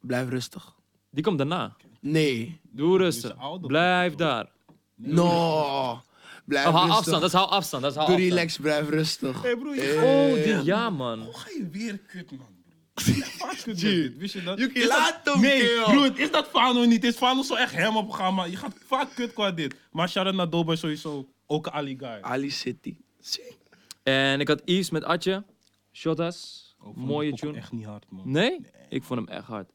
S3: Blijf rustig.
S1: Die komt daarna.
S3: Nee.
S1: Doe
S2: is
S1: rustig.
S2: ze ouder.
S1: Blijf daar.
S3: No. Blijf
S1: Oh, hou
S3: rustig.
S1: afstand, dat is hou afstand. Dat is hou
S3: Doe
S1: afstand.
S3: relax, blijf rustig.
S2: Hey broer, je
S1: Oh, dit, ja man.
S2: ga je weer kut, man.
S1: <laughs>
S2: broer. Ja, vaak kut met dit, Wist je dat?
S4: Yuki, laat hem,
S2: Nee,
S4: kerel.
S2: broer, het is dat Fano niet. Is Fano zo echt hem opgegaan, maar je gaat vaak kut qua dit. Maar Sharon Nadoba is sowieso ook een Ali guy.
S1: Ah,
S3: Ali City.
S1: En ik had Yves met Atje. Shotas.
S2: Oh, vond ik
S1: Mooie
S2: ook
S1: tune.
S2: Echt niet hard, man.
S1: Nee? Ik vond hem echt hard.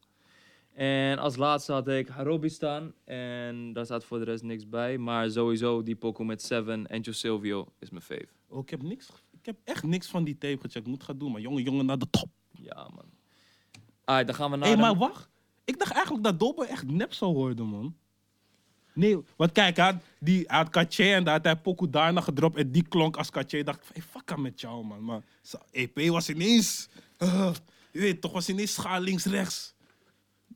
S1: En als laatste had ik Harobi staan. En daar staat voor de rest niks bij. Maar sowieso die pokoe met Seven en Joe Silvio is mijn fave.
S2: Oh, ik heb niks. Ik heb echt niks van die tape gecheckt. Ik moet gaan doen, maar jongen, jongen, naar de top.
S1: Ja, man. Alright, dan gaan we naar...
S2: Hé, hey,
S1: de-
S2: maar wacht. Ik dacht eigenlijk dat Dobbe echt nep zou worden, man. Nee, want kijk, hij had, die, hij had Katje en daar had hij Poku daarna gedropt. En die klonk als Katje. dacht ik van, hey, fuck aan met jou, man. Maar zijn EP was ineens... eh, je weet toch, was ineens schaal links-rechts.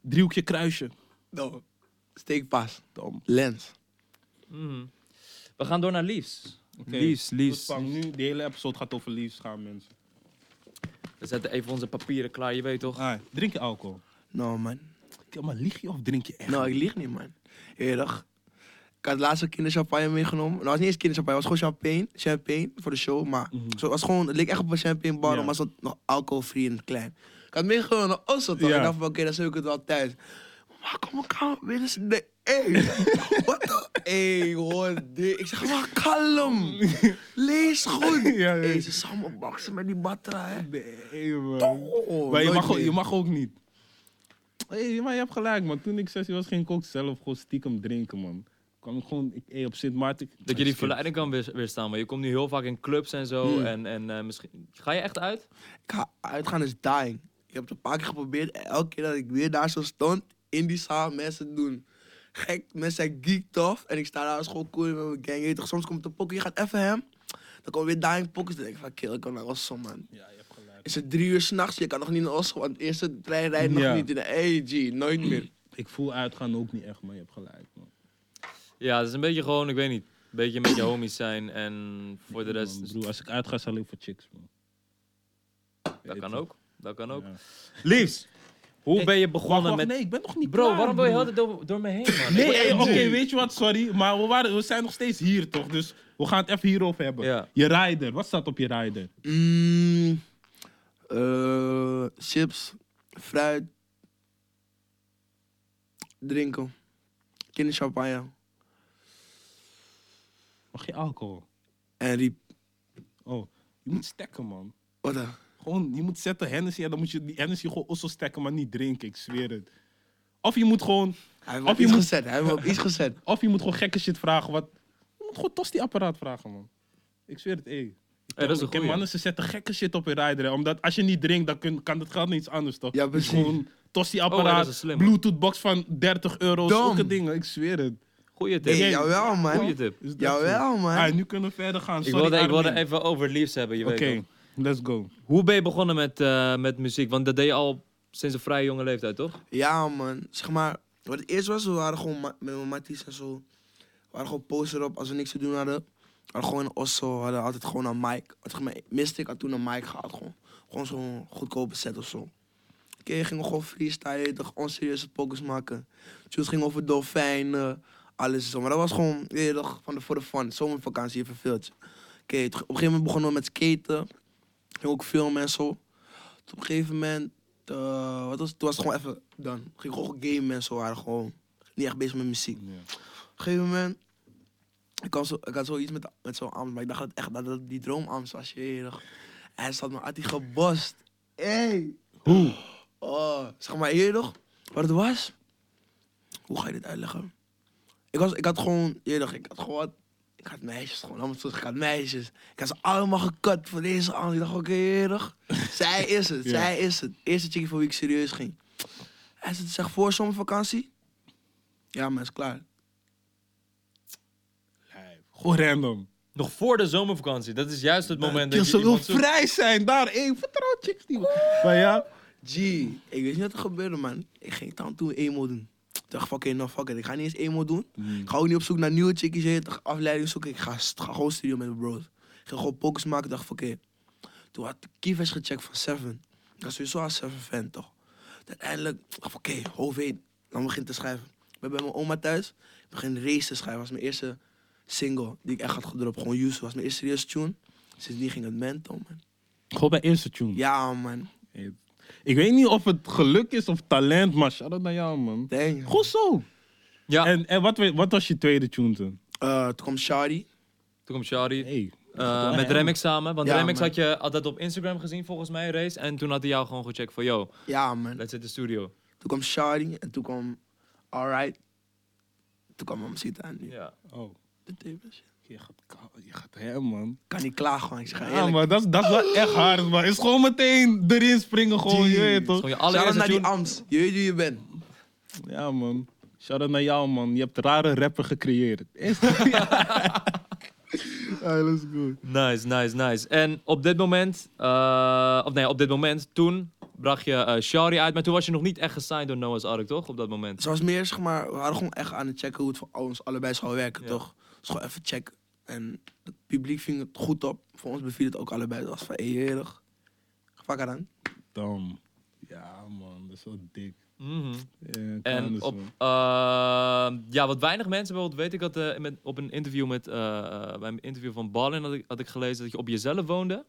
S2: Driehoekje kruisje.
S3: No. Steekpaas.
S2: Dom.
S3: Lens.
S1: Mhm. We gaan door naar Leaves.
S2: Oké,
S1: Leaves,
S2: Dus
S1: Leaves.
S2: bang, nu, de hele episode gaat over liefs gaan, mensen.
S1: We zetten even onze papieren klaar, je weet toch?
S2: Ah, drink je alcohol?
S3: No, man.
S2: Oké, Maar lieg je of drink je echt?
S3: Nou, ik lieg niet, man. Eerlijk. Ik had laatst ook kinderchampagne meegenomen. Nou, het was niet eens kinderchampagne, het was gewoon champagne. Champagne voor de show, maar zo, het, was gewoon, het leek echt op een champagne bar,
S2: Mhm. Ja.
S3: maar het was nog alcoholvrij en het klein. Ik had meegenomen naar Oslo, toch?
S2: Ja.
S3: Ik dacht van, oké, dan zul ik het wel thuis. Maar kom ik aan, binnen ze de
S2: <laughs>
S3: Hey, wat de... Hey, hoor dit. Ik zeg, maar
S2: <laughs>
S3: kalm. Lees goed.
S2: ja, ja.
S3: Hey, ze zal me boksen met die batra, hè.
S2: Nee, man.
S3: Oh,
S2: maar je
S3: nooit
S2: mag, ook-
S3: meer.
S2: je mag ook niet. Hey, maar je hebt gelijk, man. Toen ik 16 was, ging ik ook zelf gewoon stiekem drinken, man. Kwam ik gewoon ik, hey, op Sint Maarten.
S1: Dat je die verleiding kan weer- weerstaan. Maar je komt nu heel vaak in clubs en zo.
S3: Hmm.
S1: En, en eh, misschien... Ga je echt uit?
S3: Ik ga uitgaan is dying. Ik heb het een paar keer geprobeerd. En elke keer dat ik weer daar zo stond, in die zaal, mensen doen. Gek, mensen zijn geek tof. En ik sta daar als gewoon cool met mijn gang. Je weet toch, soms komt een pokker, je gaat even hem. Dan komen weer dying pokkers. Dan denk ik van, kill, ik kan naar Osso, man.
S2: Ja, je hebt gelijk.
S3: Is het drie uur s'nachts, je kan nog niet naar Osso, want de eerste trein rijdt nog
S2: Ja.
S3: niet. In de AG, nooit meer.
S2: Ik voel uitgaan ook niet echt, maar je hebt gelijk, man.
S1: Ja, het is een beetje gewoon, ik weet niet. Een beetje met je homies zijn en voor de rest...
S2: Man, broer, als ik uitga, zal ik voor chicks, man.
S1: Dat
S2: Weet
S1: kan
S2: je.
S1: ook. Dat kan ook.
S2: Ja.
S1: Liefs, hoe
S2: Hey,
S1: ben je
S2: Wacht,
S1: begonnen
S2: wacht,
S1: met...
S2: nee, ik ben nog niet
S1: Bro,
S2: klaar,
S1: waarom wil je
S2: broer.
S1: altijd door, door me heen, man? Ik-
S2: Nee, hey, oké, weet je wat, sorry. Maar we, waren, we zijn nog steeds hier, toch? Dus we gaan het even hierover hebben.
S1: Ja.
S2: Je rider, wat staat op je rider?
S3: Mm, eh, chips, fruit, drinken, kinderchampagne
S2: Mag je Oh, alcohol?
S3: en riep.
S2: Oh, je moet stekken, man.
S3: Wat dan?
S2: Gewoon, je moet zetten Hennessy en dan moet je die Hennessy gewoon ossel stekken, maar niet drinken, ik zweer het. Of je moet gewoon,
S3: Hij heeft me
S2: Of
S3: op
S2: je
S3: iets
S2: moet-
S3: gezet. Hij heeft me op iets
S2: <laughs>
S3: gezet.
S2: of je moet gewoon gekke shit vragen, wat... Je moet gewoon tosti-apparaat vragen, man. Ik zweer het, hé.
S1: Hey, Oh, dat is een
S2: Ik ken
S1: goeie.
S2: mannen, ze zetten gekke shit op hun rijder, hè, omdat als je niet drinkt, dan kun- kan dat geld niet iets anders, toch?
S3: Ja,
S2: Dus
S3: precies.
S2: gewoon
S1: Oh, ja, dat
S2: tosti-apparaat,
S1: is een slimme.
S2: bluetooth-box van 30 euro,
S3: Dom.
S2: zulke dingen, ik zweer het.
S1: Goeie tip.
S3: Hey,
S2: Hey,
S3: jawel,
S1: Goeie
S3: man.
S1: tip.
S2: Is dat
S3: Jawel,
S2: zo?
S3: man.
S2: Ah, nu kunnen we verder gaan,
S1: Ik
S2: sorry
S1: wilde, ik wilde
S2: Armin.
S1: even over Liefs hebben, je
S2: Oké,
S1: weet toch.
S2: let's go.
S1: Hoe ben je begonnen met, eh, met muziek? Want dat deed je al sinds een vrij jonge leeftijd, toch?
S3: Ja, man. Zeg maar, wat het eerst was, we waren gewoon ma- met mijn matties en zo. We waren gewoon poster op als we niks te doen hadden. We waren gewoon in Osso, we hadden altijd gewoon een mic. Had geme- Miste ik had toen een mic gehad, gewoon. Gewoon zo'n goedkope set of zo. Oké, gingen we gewoon freestylen, toch onserieuze pokers maken. Tunes gingen over dolfijnen, alles en zo. Maar dat was gewoon, je weet toch, van de, voor de fun. Zomervakantie, je verveelt je. Oké, het- op een gegeven moment begonnen we met skaten. Ging ook filmen en zo. Toen op een gegeven moment, eh, wat was, toen was het gewoon even dan. Ging gewoon gamen en zo, waren gewoon niet echt bezig met muziek.
S2: Ja.
S3: Op een gegeven moment, ik, kwam zo, ik had zoiets met, met zo'n Amst, maar ik dacht dat echt dat het die droomams was, je weet toch. En hij zat me uit die gebost. Hey.
S2: Hoe?
S3: Oh, zeg maar, je weet toch, wat het was? Hoe ga je dit uitleggen? Ik, was, ik had gewoon, je weet toch, ik had gewoon wat- ik had meisjes gewoon, allemaal terug. Ik had meisjes. Ik had ze allemaal gekut voor deze aan. Ik dacht, oké,
S2: <laughs>
S3: okay, Zij is het,
S2: Ja.
S3: zij is het. Eerste chickie voor wie ik serieus ging. En ze zegt, voor zomervakantie? Ja, maar is klaar.
S2: Gewoon random.
S1: Nog voor de zomervakantie. Dat is juist het moment
S2: Kill,
S1: dat je
S2: ze wil
S1: iemand zoekt.
S2: vrij zijn daar. Hey, vertrouw chicks niet. Maar ja.
S3: G, ik wist niet wat er gebeurde, man. Ik ging dan toen emo doen. Ik dacht, fuck it, nou fuck it. Ik ga niet eens emo doen.
S2: Hmm.
S3: Ik ga ook niet op zoek naar nieuwe chickies, je weet toch, afleiding zoeken. Ik ga, st- ga gewoon studio met mijn bro's. Ik ging gewoon pokers maken, dacht, fuck it. Toen had ik Kivers gecheckt van Seven. was sowieso als een fan, toch? Uiteindelijk, dacht ik, oké, hoofd heet. Dan begin ik te schrijven. Ik ben bij mijn oma thuis. Ik begin Race te schrijven. was mijn eerste single die ik echt had gedropt. Gewoon Yusuf was mijn eerste serieuze tune. Sindsdien ging het mental, man.
S2: Gewoon bij eerste tune.
S3: Ja, man.
S2: Ik weet niet of het geluk is of talent, maar shout-out naar jou, man.
S3: Dang.
S2: Goed zo.
S1: Ja,
S2: En, en wat, we- wat was je tweede tune toen?
S3: Eh, toen kwam Shadi.
S1: toen komt Shari.
S2: Hey.
S1: Eh, met Remix samen. Want
S3: Ja,
S1: Remix
S3: man.
S1: had je altijd op Instagram gezien, volgens mij, Race. En toen had hij jou gewoon gecheckt van, yo,
S3: Ja, man.
S1: let's hit the studio.
S3: Toen kwam Shadi en toen kwam Alright. Toen kwam Mamsita en nu.
S1: Ja.
S2: Oh,
S3: De tape is-
S2: je gaat, ka- je gaat hem, man.
S3: Ik kan niet klagen, ik zeg
S2: Ja,
S3: je eerlijk.
S2: maar dat is, dat is wel echt hard, man. Is gewoon meteen erin springen, gewoon. Je weet
S1: Gewoon
S2: toch?
S1: je
S3: Shout-out
S1: allereerste
S3: naar die
S1: tune.
S3: Ams. Je weet wie je bent.
S2: Ja, man. Shout-out naar jou, man. Je hebt rare rapper gecreëerd.
S1: <laughs>
S2: Is toch? Ja. Alles goed.
S1: Nice, nice, nice. En op dit moment, eh, of nee, op dit moment, toen bracht je eh Shari uit. Maar toen was je nog niet echt gesigned door Noah's Ark, toch? Op dat moment.
S3: Zoals meer, zeg maar, we waren gewoon echt aan het checken hoe het voor ons allebei zou werken,
S1: Ja.
S3: toch? Dus gewoon even checken. En het publiek ving het goed op. Voor ons beviel het ook allebei. Het was van, hey, heerlijk. Gevakker dan.
S2: Dam. Ja, man. Dat is wel dik.
S1: Mhm.
S2: Ja,
S1: En
S2: Kanus,
S1: op,
S2: man.
S1: eh, ja, wat weinig mensen bijvoorbeeld, weet ik dat eh, met, op een interview met, eh, eh, bij een interview van Ballin had ik, had ik gelezen dat je op jezelf woonde.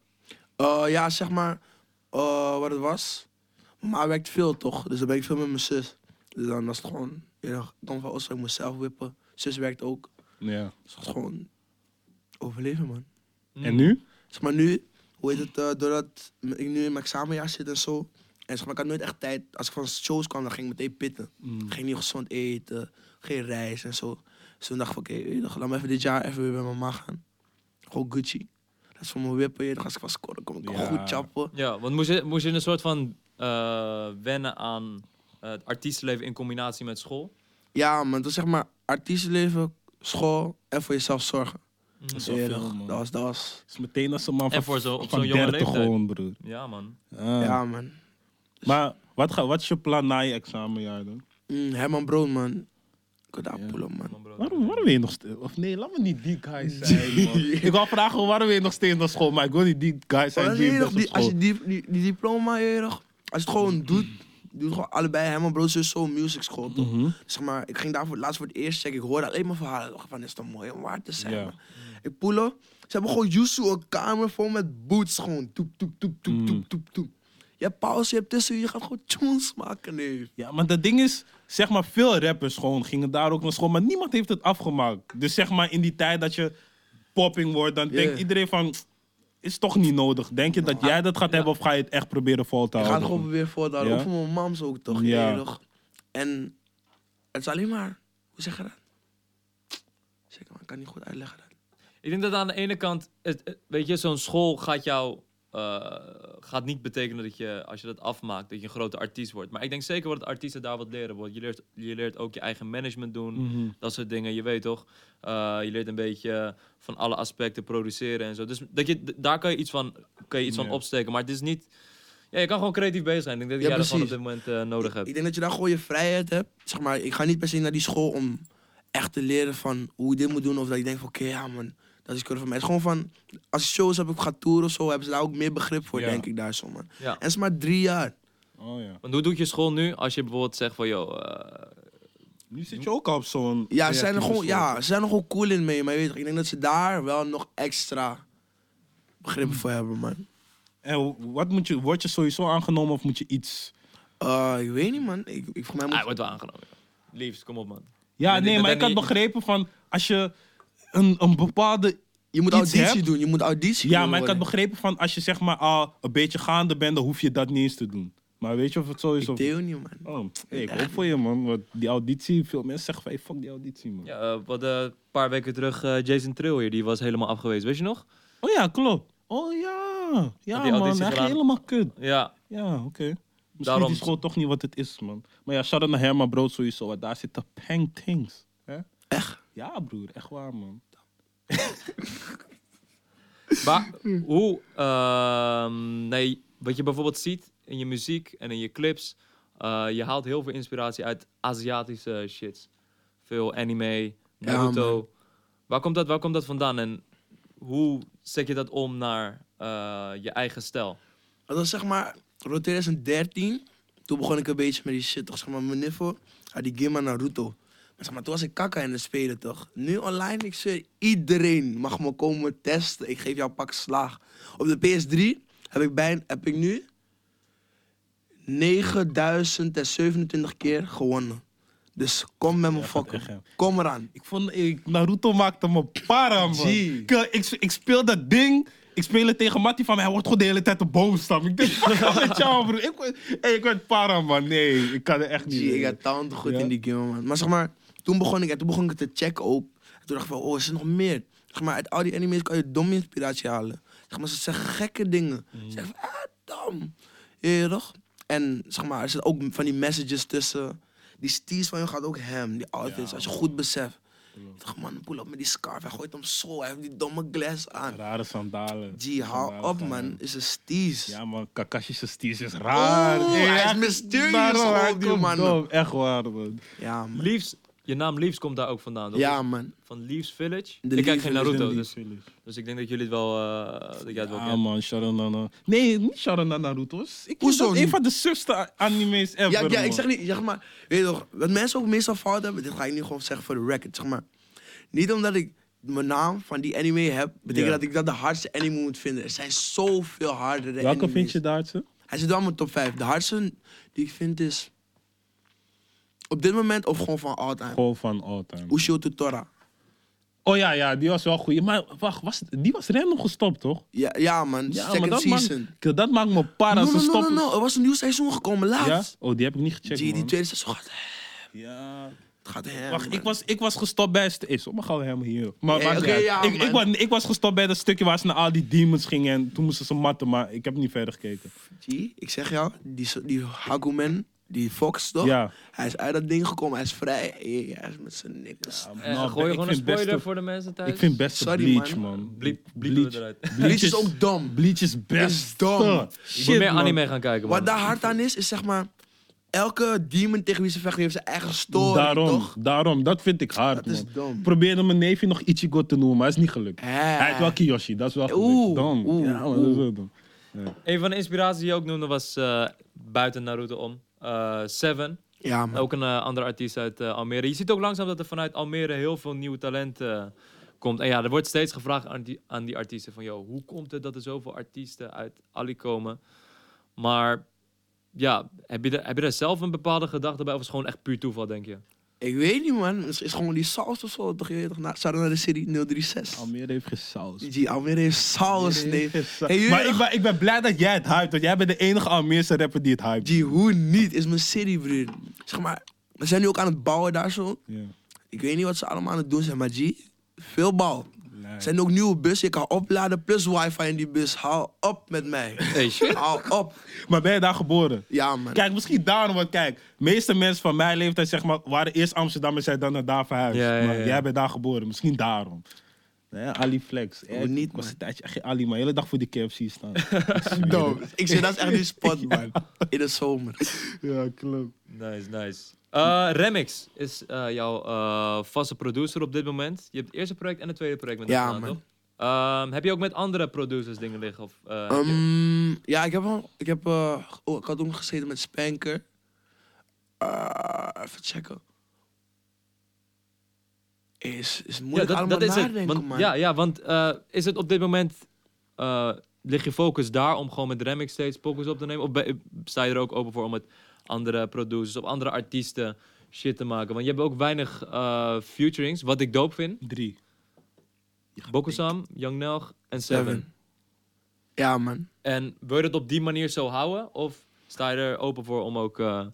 S3: Eh, ja, zeg maar, eh, wat het was. Maar werkt veel, toch? Dus dan ben ik veel met mijn zus. Dus dan was het gewoon, je weet toch, dan van, oh, zou ik mezelf wippen. Zus werkt ook.
S2: Ja.
S3: Dus het is gewoon overleven, man.
S1: Mhm.
S2: En
S1: Mm.
S2: nu?
S3: Zeg maar nu, hoe heet het, eh, doordat m- ik nu in mijn examenjaar zit en zo. En zeg maar, ik had nooit echt tijd. Als ik van shows kwam, dan ging ik meteen pitten. Ging niet gezond eten, geen reis en zo. Dus toen dacht ik, van, oké, weet je toch, laat me even dit jaar even weer bij mama gaan. Gewoon Gucci. Dat is voor mijn wippen, je weet toch, als ik van scoren kom ik al
S2: Ja.
S3: goed chappen.
S1: Ja, want moest je, moest je een soort van eh, wennen aan eh, het artiestenleven in combinatie met school?
S3: Ja, man, dat is zeg maar artiestenleven, school en voor jezelf zorgen.
S2: Mm. Dat is
S3: Je
S2: wel
S3: weet
S2: veel,
S3: toch,
S2: man.
S3: dat was, dat was,
S2: is meteen als een man van,
S1: voor zo- op
S2: van
S1: zo'n jonge
S2: 30
S1: leeftijd.
S2: gewoon, broer.
S1: Ja, man.
S2: Ah.
S3: ja man.
S2: Maar wat, ga, wat is je plan na je examenjaar dan?
S3: Mm, Herman Brood, man. Ik wil daar
S2: Ja.
S3: poelen, man.
S1: Man, bro.
S2: Waarom, waarom ben je nog steeds... Of nee, laat me niet die
S3: <laughs>
S2: guy zijn, man. ik wou vragen waarom ben je nog steeds naar school, maar ik wil niet die guy
S3: Maar
S2: zijn
S3: dan
S2: die
S3: weet
S2: je
S3: je
S2: bent
S3: nog,
S2: op
S3: die- als
S2: school.
S3: je die, die, die diploma, je weet toch, als je het gewoon doet, doe het gewoon allebei. Herman Brood is sowieso music school, toch?
S2: Mhm.
S3: Zeg maar, ik ging daar voor het laatst voor het eerst checken. Ik hoorde alleen maar verhalen. Ik dacht van, is toch mooi om waar te zijn,
S2: Ja.
S3: man. Ik poelen. Ze hebben gewoon Yusu een kamer vol met boots. Gewoon toep, toep, toep, toep,
S2: Mm.
S3: toep, toep, toep. Je hebt pauze, je hebt tussen, je gaat gewoon tunes maken, nee.
S2: Ja, maar dat ding is, zeg maar, veel rappers gewoon gingen daar ook naar school, maar niemand heeft het afgemaakt. Dus zeg maar, in die tijd dat je popping wordt, dan
S3: Ja. Ah,
S2: denkt iedereen van, is toch niet nodig. Denk je dat jij dat gaat hebben of ga je het echt proberen vol te
S3: Ik ga het
S2: houden?
S3: gewoon weer voor daar. Ook
S2: Oh, Ja?
S3: voor mijn mams ook, toch?
S2: Ja.
S3: Ja. toch? En het is alleen maar, hoe zeg je dat? Zeker, maar ik kan niet goed uitleggen. Dat.
S1: Ik denk dat aan de ene kant, het, het- weet je, zo'n school gaat jou. eh, gaat niet betekenen dat je, als je dat afmaakt, dat je een grote artiest wordt. Maar ik denk zeker wat artiesten daar wat leren. Want je leert, je leert ook je eigen management doen.
S3: Mm.
S2: Mhm.
S1: Dat soort dingen, je weet toch? Eh, je leert een beetje van alle aspecten produceren en zo. Dus dat je, d- daar kan je iets van, kan je iets
S2: Ja.
S1: van opsteken. Maar het is niet. Ja, je kan gewoon creatief bezig zijn. Ik denk dat
S3: Ja,
S1: jij dat gewoon op
S3: precies.
S1: dit moment eh, nodig hebt.
S3: Ik denk dat je daar gewoon je vrijheid hebt. Zeg maar, ik ga niet per se naar die school om echt te leren van hoe ik dit moet doen. Of dat ik denk van, oké, ja man, dat is kunnen van mij. Het is gewoon van, als ik shows heb, ik ga toeren of zo, hebben ze daar ook meer begrip voor,
S2: Ja.
S3: denk ik, daar zo, man.
S1: Ja.
S3: En het is maar drie jaar.
S2: Oh ja.
S1: Want hoe doet je school nu als je bijvoorbeeld zegt van, joh, eh,
S2: Nu zit je ook al op zo'n...
S3: Ja, ze zijn
S2: creatieve
S3: er gewoon,
S2: soort.
S3: ja, ze zijn er gewoon cool in mee. Maar je weet, toch, ik denk dat ze daar wel nog extra begrip voor hebben, man.
S2: En wat moet je, word je sowieso aangenomen of moet je iets...
S3: Eh, ik weet niet, man. Ik, ik, voor mij
S2: Ah,
S3: moet...
S1: hij wordt wel aangenomen. Liefst, kom op man.
S2: Ja,
S1: Nee,
S2: nee,
S1: dat
S2: maar
S1: dat
S2: ik had
S1: niet-
S2: begrepen van als je een, een bepaalde.
S3: je moet
S2: iets
S3: auditie
S2: hebt-
S3: doen. Je moet auditie
S2: Ja,
S3: doen
S2: maar ik had
S3: worden.
S2: begrepen van als je zeg maar al een beetje gaande bent, dan hoef je dat niet eens te doen. Maar weet je of het zo is?
S3: Ik
S2: Of...
S3: deel niet, man.
S2: Oh, hey, ik hoop voor je, man. Want die auditie, veel mensen zeggen van hey, fuck die auditie, man.
S1: Ja, eh, wat eh, een paar weken terug, eh, Jason Trill hier, die was helemaal afgewezen, weet je nog?
S2: Oh ja, klopt. Oh ja. Ja,
S1: Had die
S2: man. Hij
S1: auditie
S2: ging
S1: gedaan?
S2: helemaal kut.
S1: Ja,
S2: Ja, oké. Misschien
S1: Daarom-
S2: is gewoon toch niet wat het is, man. Maar ja, shout-out naar Herman Brood sowieso. Want daar zitten pang things. Hè?
S3: Echt?
S2: Ja, broer. Echt waar, man.
S1: maar hoe, ehm, nee, wat je bijvoorbeeld ziet in je muziek en in je clips, eh, je haalt heel veel inspiratie uit Aziatische shits. Veel anime, Naruto. waar, komt dat, waar komt dat vandaan en hoe zet je dat om naar eh, je eigen stijl?
S3: Dat was zeg maar... rond 2013, toen begon ik een beetje met die shit, toch? Zeg maar, mijn niffel had die Gimma Naruto. Maar zeg maar, toen was ik kakka in het spelen, toch? Nu online, ik zweer, iedereen mag me komen testen. Ik geef jou een pak slaag. Op de PS3 heb ik, bijna, heb ik nu 9027 keer gewonnen. Dus kom met me fokken.
S2: echt, ja.
S3: Kom eraan.
S2: Ik vond, ik, Naruto maakte me para, man.
S3: Gee.
S2: Ik, eh, ik, ik speel dat ding. Ik speel het tegen Mattie van mij. Hij wordt gewoon de hele tijd de boom stam. <laughs> Ik denk, fuck met jou, broer. Ik, word- hey, ik werd para, man. Nee, ik kan het echt niet.
S3: Zie, ik
S2: meer.
S3: had talent goed
S2: Ja?
S3: in die game, man. Maar zeg maar, toen begon ik, en toen begon ik het te checken ook. En toen dacht ik van, oh, is er nog meer? Zeg maar, uit al die anime's kan je domme inspiratie halen. Zeg maar, ze zeggen gekke dingen.
S2: Mm.
S3: Ze zeggen van, ah, dom. Ja, je toch? En zeg maar, er zitten ook van die messages tussen. Die steez van je gaat ook hem, die outfits, als je goed beseft. Ik dacht, man, pull op met die scarf, hij gooit hem zo, hij heeft die domme glass aan.
S2: Rare sandalen.
S3: Gee, hou
S2: Sandalen
S3: op,
S2: gaan,
S3: man, is een steez.
S2: Ja, man, Kakashi's steez is raar.
S3: Oeh,
S2: Nee,
S3: hij is
S2: echt.
S3: mysterious
S2: Daarom, hij
S3: gewoon, die
S2: komt
S3: man.
S2: dom. Echt waar, man.
S3: Ja, man.
S1: Leaves, je naam Leaves komt daar ook vandaan. toch?
S3: Ja, man.
S1: Van Leaves Village.
S3: De
S1: ik kijk
S3: Leaves
S1: geen
S3: Village,
S1: Naruto,
S2: Die
S1: dus,
S2: village.
S1: dus ik denk dat jullie het wel, eh, dat jij het wel
S2: Ja,
S1: kent.
S2: Ah, man, Sharanana. Nee, niet Sharanana Naruto's. Ik
S3: Hoezo
S2: vind dat een
S3: niet?
S2: van de sufste anime's ever.
S3: Ja, ja ik
S2: man.
S3: zeg niet, zeg maar, weet je toch, wat mensen ook meestal fout hebben, dit ga ik nu gewoon zeggen voor de record, zeg maar. Niet omdat ik mijn naam van die anime heb, betekent
S2: Ja.
S3: dat ik dat de hardste anime moet vinden. Er zijn zoveel hardere
S2: Welke
S3: anime's.
S2: vind je daar, ze?
S3: Hij zit wel in mijn top 5. De hardste die ik vind is, op dit moment of gewoon van all time,
S2: Gewoon van all time.
S3: Ushio Tutora.
S2: Oh ja, ja, die was wel goed. Maar wacht, was, die was random gestopt, toch?
S3: Ja, ja man,
S2: Ja,
S3: second
S2: dat
S3: season.
S2: maakt, dat maakt me para.
S3: No,
S2: als
S3: no,
S2: ze
S3: no, no,
S2: stoppen.
S3: no, er was een nieuw seizoen gekomen,
S2: Ja?
S3: laatst.
S2: Oh, die heb ik niet gecheckt,
S3: Zie je, die
S2: man.
S3: tweede seizoen gaat,
S2: Ja.
S3: het gaat hem.
S2: Wacht, ik
S3: man.
S2: was, ik was gestopt bij... st- Hey, sommigen gaan helemaal hier. Maar,
S3: Hey,
S2: maar
S3: oké, ja,
S2: ik, ik,
S3: man.
S2: was, ik was gestopt bij dat stukje waar ze naar al die demons gingen. En toen moesten ze matten, maar ik heb niet verder gekeken.
S3: Zie, ik zeg jou, die, so- die Hakuman, die Fox toch?
S2: Ja.
S3: Hij is uit dat ding gekomen, hij is vrij. Hey, hij is met zijn niks.
S1: Eh, gooi
S2: Nou, ik
S1: je gewoon een
S2: vind best
S1: spoiler
S2: op-
S1: voor de mensen thuis.
S2: Ik vind best
S3: Sorry,
S2: Bleach,
S3: man.
S2: man.
S1: Bleep- bliepen we <laughs> eruit.
S3: Bleach is ook dom.
S2: Bleach is
S3: Is
S2: best
S3: dom.
S1: Je moet meer anime gaan kijken, man.
S3: Wat daar hard aan is, is zeg maar, elke demon tegen wie ze vechten heeft zijn eigen story,
S2: daarom,
S3: toch?
S2: daarom, dat vind ik hard.
S3: Dat is
S2: man.
S3: dom.
S2: Probeerde mijn neefje nog Ichigo te noemen, maar is niet gelukt.
S3: Hè.
S2: Hij heeft wel Kiyoshi, dat is wel gelukt.
S3: Oeh,
S2: dom.
S3: oeh,
S2: ja, man, dat is wel dom.
S1: Een van de inspiraties die je ook noemde was eh, buiten Naruto om. eh, Seven,
S3: Ja, man.
S1: ook een eh, andere artiest uit eh, Almere. Je ziet ook langzaam dat er vanuit Almere heel veel nieuw talent eh, komt. En ja, er wordt steeds gevraagd aan die, aan die artiesten van... Yo, hoe komt het dat er zoveel artiesten uit Ali komen? Maar ja, heb je, er, heb je daar zelf een bepaalde gedachte bij? Of is het gewoon echt puur toeval, denk je?
S3: Ik weet niet, man. Het is gewoon die saus of zo, toch? Je weet toch, na- zouden we naar de city 036.
S2: Almere heeft gesaus.
S3: Die Almere heeft saus,
S2: <laughs>
S3: nee. Hey, jullie
S2: maar
S3: nog-
S2: ik ben, ik ben blij dat jij het hype, want jij bent de enige Almeerse rapper die het hype.
S3: Die hoe niet is mijn city, broer. Zeg maar, we zijn nu ook aan het bouwen daar zo.
S2: Ja.
S3: Ik weet niet wat ze allemaal aan het doen zijn, maar G, veel bal. Er zijn ook nieuwe bussen, je kan opladen, plus wifi in die bus. Hou op met mij.
S1: Hey, shit.
S3: Hou op.
S2: Maar ben je daar geboren?
S3: Ja, man.
S2: Kijk, misschien daarom, want kijk, de meeste mensen van mijn leeftijd zeg maar, waren eerst Amsterdam en zijn dan naar daar verhuisd.
S1: Ja, ja,
S2: Maar
S1: ja.
S2: jij bent daar geboren, misschien daarom. Nee, Ali Flex. Eh,
S3: Hoe niet,
S2: ik was
S3: man.
S2: een tijdje echt geen Ali, maar de hele dag voor die KFC staan.
S3: Dope. Ik zeg, dat is echt die spot, man. In de zomer.
S2: <laughs> ja, klopt.
S1: Nice, nice. Eh, Remix is eh, jouw eh, vaste producer op dit moment. Je hebt het eerste project en het tweede project met hem
S3: Ja,
S1: gedaan,
S3: man.
S1: toch? Ehm, heb je ook met andere producers dingen liggen? Of, eh, heb je-
S3: Ehm, ja, ik heb wel. Ik, heb, eh, oh, ik had ook gezeten met Spanker. Eh, even checken. Is, is moeilijk allemaal nadenken,
S1: want,
S3: man.
S1: Ja, ja, want eh, is het op dit moment... eh ligt je focus daar om gewoon met Remix steeds focus op te nemen? Of ben- sta je er ook open voor om met andere producers of andere artiesten shit te maken? Want je hebt ook weinig eh featurings, wat ik dope vind.
S2: Drie.
S1: Bokusam, Young Nelg en Seven.
S3: Seven. Ja, man.
S1: En wil je het op die manier zo houden? Of sta je er open voor om ook... eh,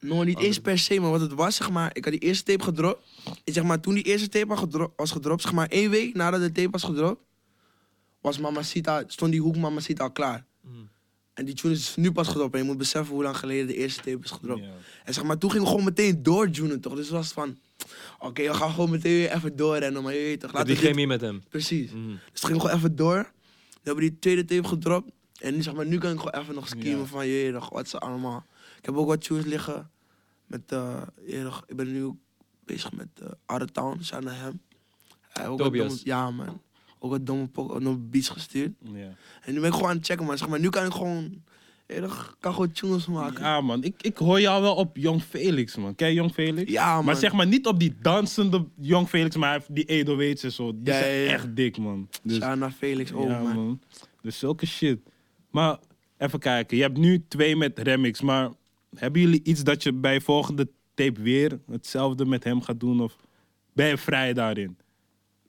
S3: Nou, niet eens per se, maar wat het was, zeg maar. Ik had die eerste tape gedropt. En zeg maar, toen die eerste tape was gedro- was gedropt, zeg maar één week nadat de tape was gedropt, was Mamacita, stond die hoek Mamacita al klaar.
S1: Mm.
S3: En die tune is nu pas gedropt. En je moet beseffen hoe lang geleden de eerste tape is gedropt.
S2: Ja.
S3: En zeg maar, toen ging we gewoon meteen doortunen, toch? Dus het was van, oké, we gaan gewoon meteen weer even doorrennen, maar je weet toch,
S1: met
S3: laten
S1: die
S3: we dit-
S1: chemie met hem.
S3: Precies.
S1: Mhm.
S3: Dus het ging gewoon even door. We hebben die tweede tape gedropt. En nu, zeg maar, nu kan ik gewoon even nog schemen
S2: Ja.
S3: van je toch, wat ze allemaal. Ik heb ook wat tunes liggen. Met, eh, je toch, ik ben nu ook bezig met eh Outer Town, shout naar hem. Hij heeft ook wat
S1: Tobias.
S3: domme- ja, man. Ook wat domme pok- nog beats gestuurd.
S2: Ja.
S3: En nu ben ik gewoon aan het checken, man. Zeg maar, nu kan ik gewoon Je toch, kan gewoon tunes maken. Ja,
S2: Ja, man. Ik, ik hoor jou wel op Jong Felix, man. Ken je Jong Felix?
S3: man.
S2: Maar zeg maar niet op die dansende Jong Felix, maar hij heeft die Edoweets en zo. Die
S3: Ja,
S2: zijn
S3: ja, ja.
S2: echt dik, man. Dus,
S3: Shout naar Felix, oh
S2: ja,
S3: man.
S2: man. Dus zulke shit. Maar even kijken. Je hebt nu twee met Remix, maar hebben jullie iets dat je bij volgende tape weer hetzelfde met hem gaat doen? Of ben je vrij daarin?